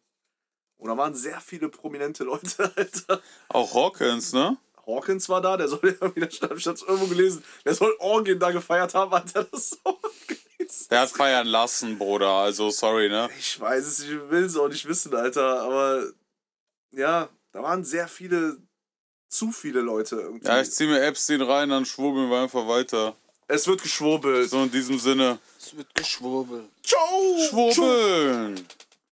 C: Und da waren sehr viele prominente Leute, Alter.
D: Auch Hawkins, ne?
C: Hawkins war da, der soll ja wieder, hab ich hab's irgendwo gelesen, der soll Orgien da gefeiert haben, Alter. Das ist so gewesen.
D: Der hat feiern lassen, Bruder. Also, sorry, ne?
C: Ich weiß es, ich will es auch nicht wissen, Alter. Aber ja, da waren sehr viele, zu viele Leute irgendwie.
D: Ja, ich zieh mir Epstein rein, dann schwurbeln wir einfach weiter.
C: Es wird geschwurbelt.
D: So in diesem Sinne.
E: Es wird geschwurbelt.
C: Ciao!
D: Schwurbeln!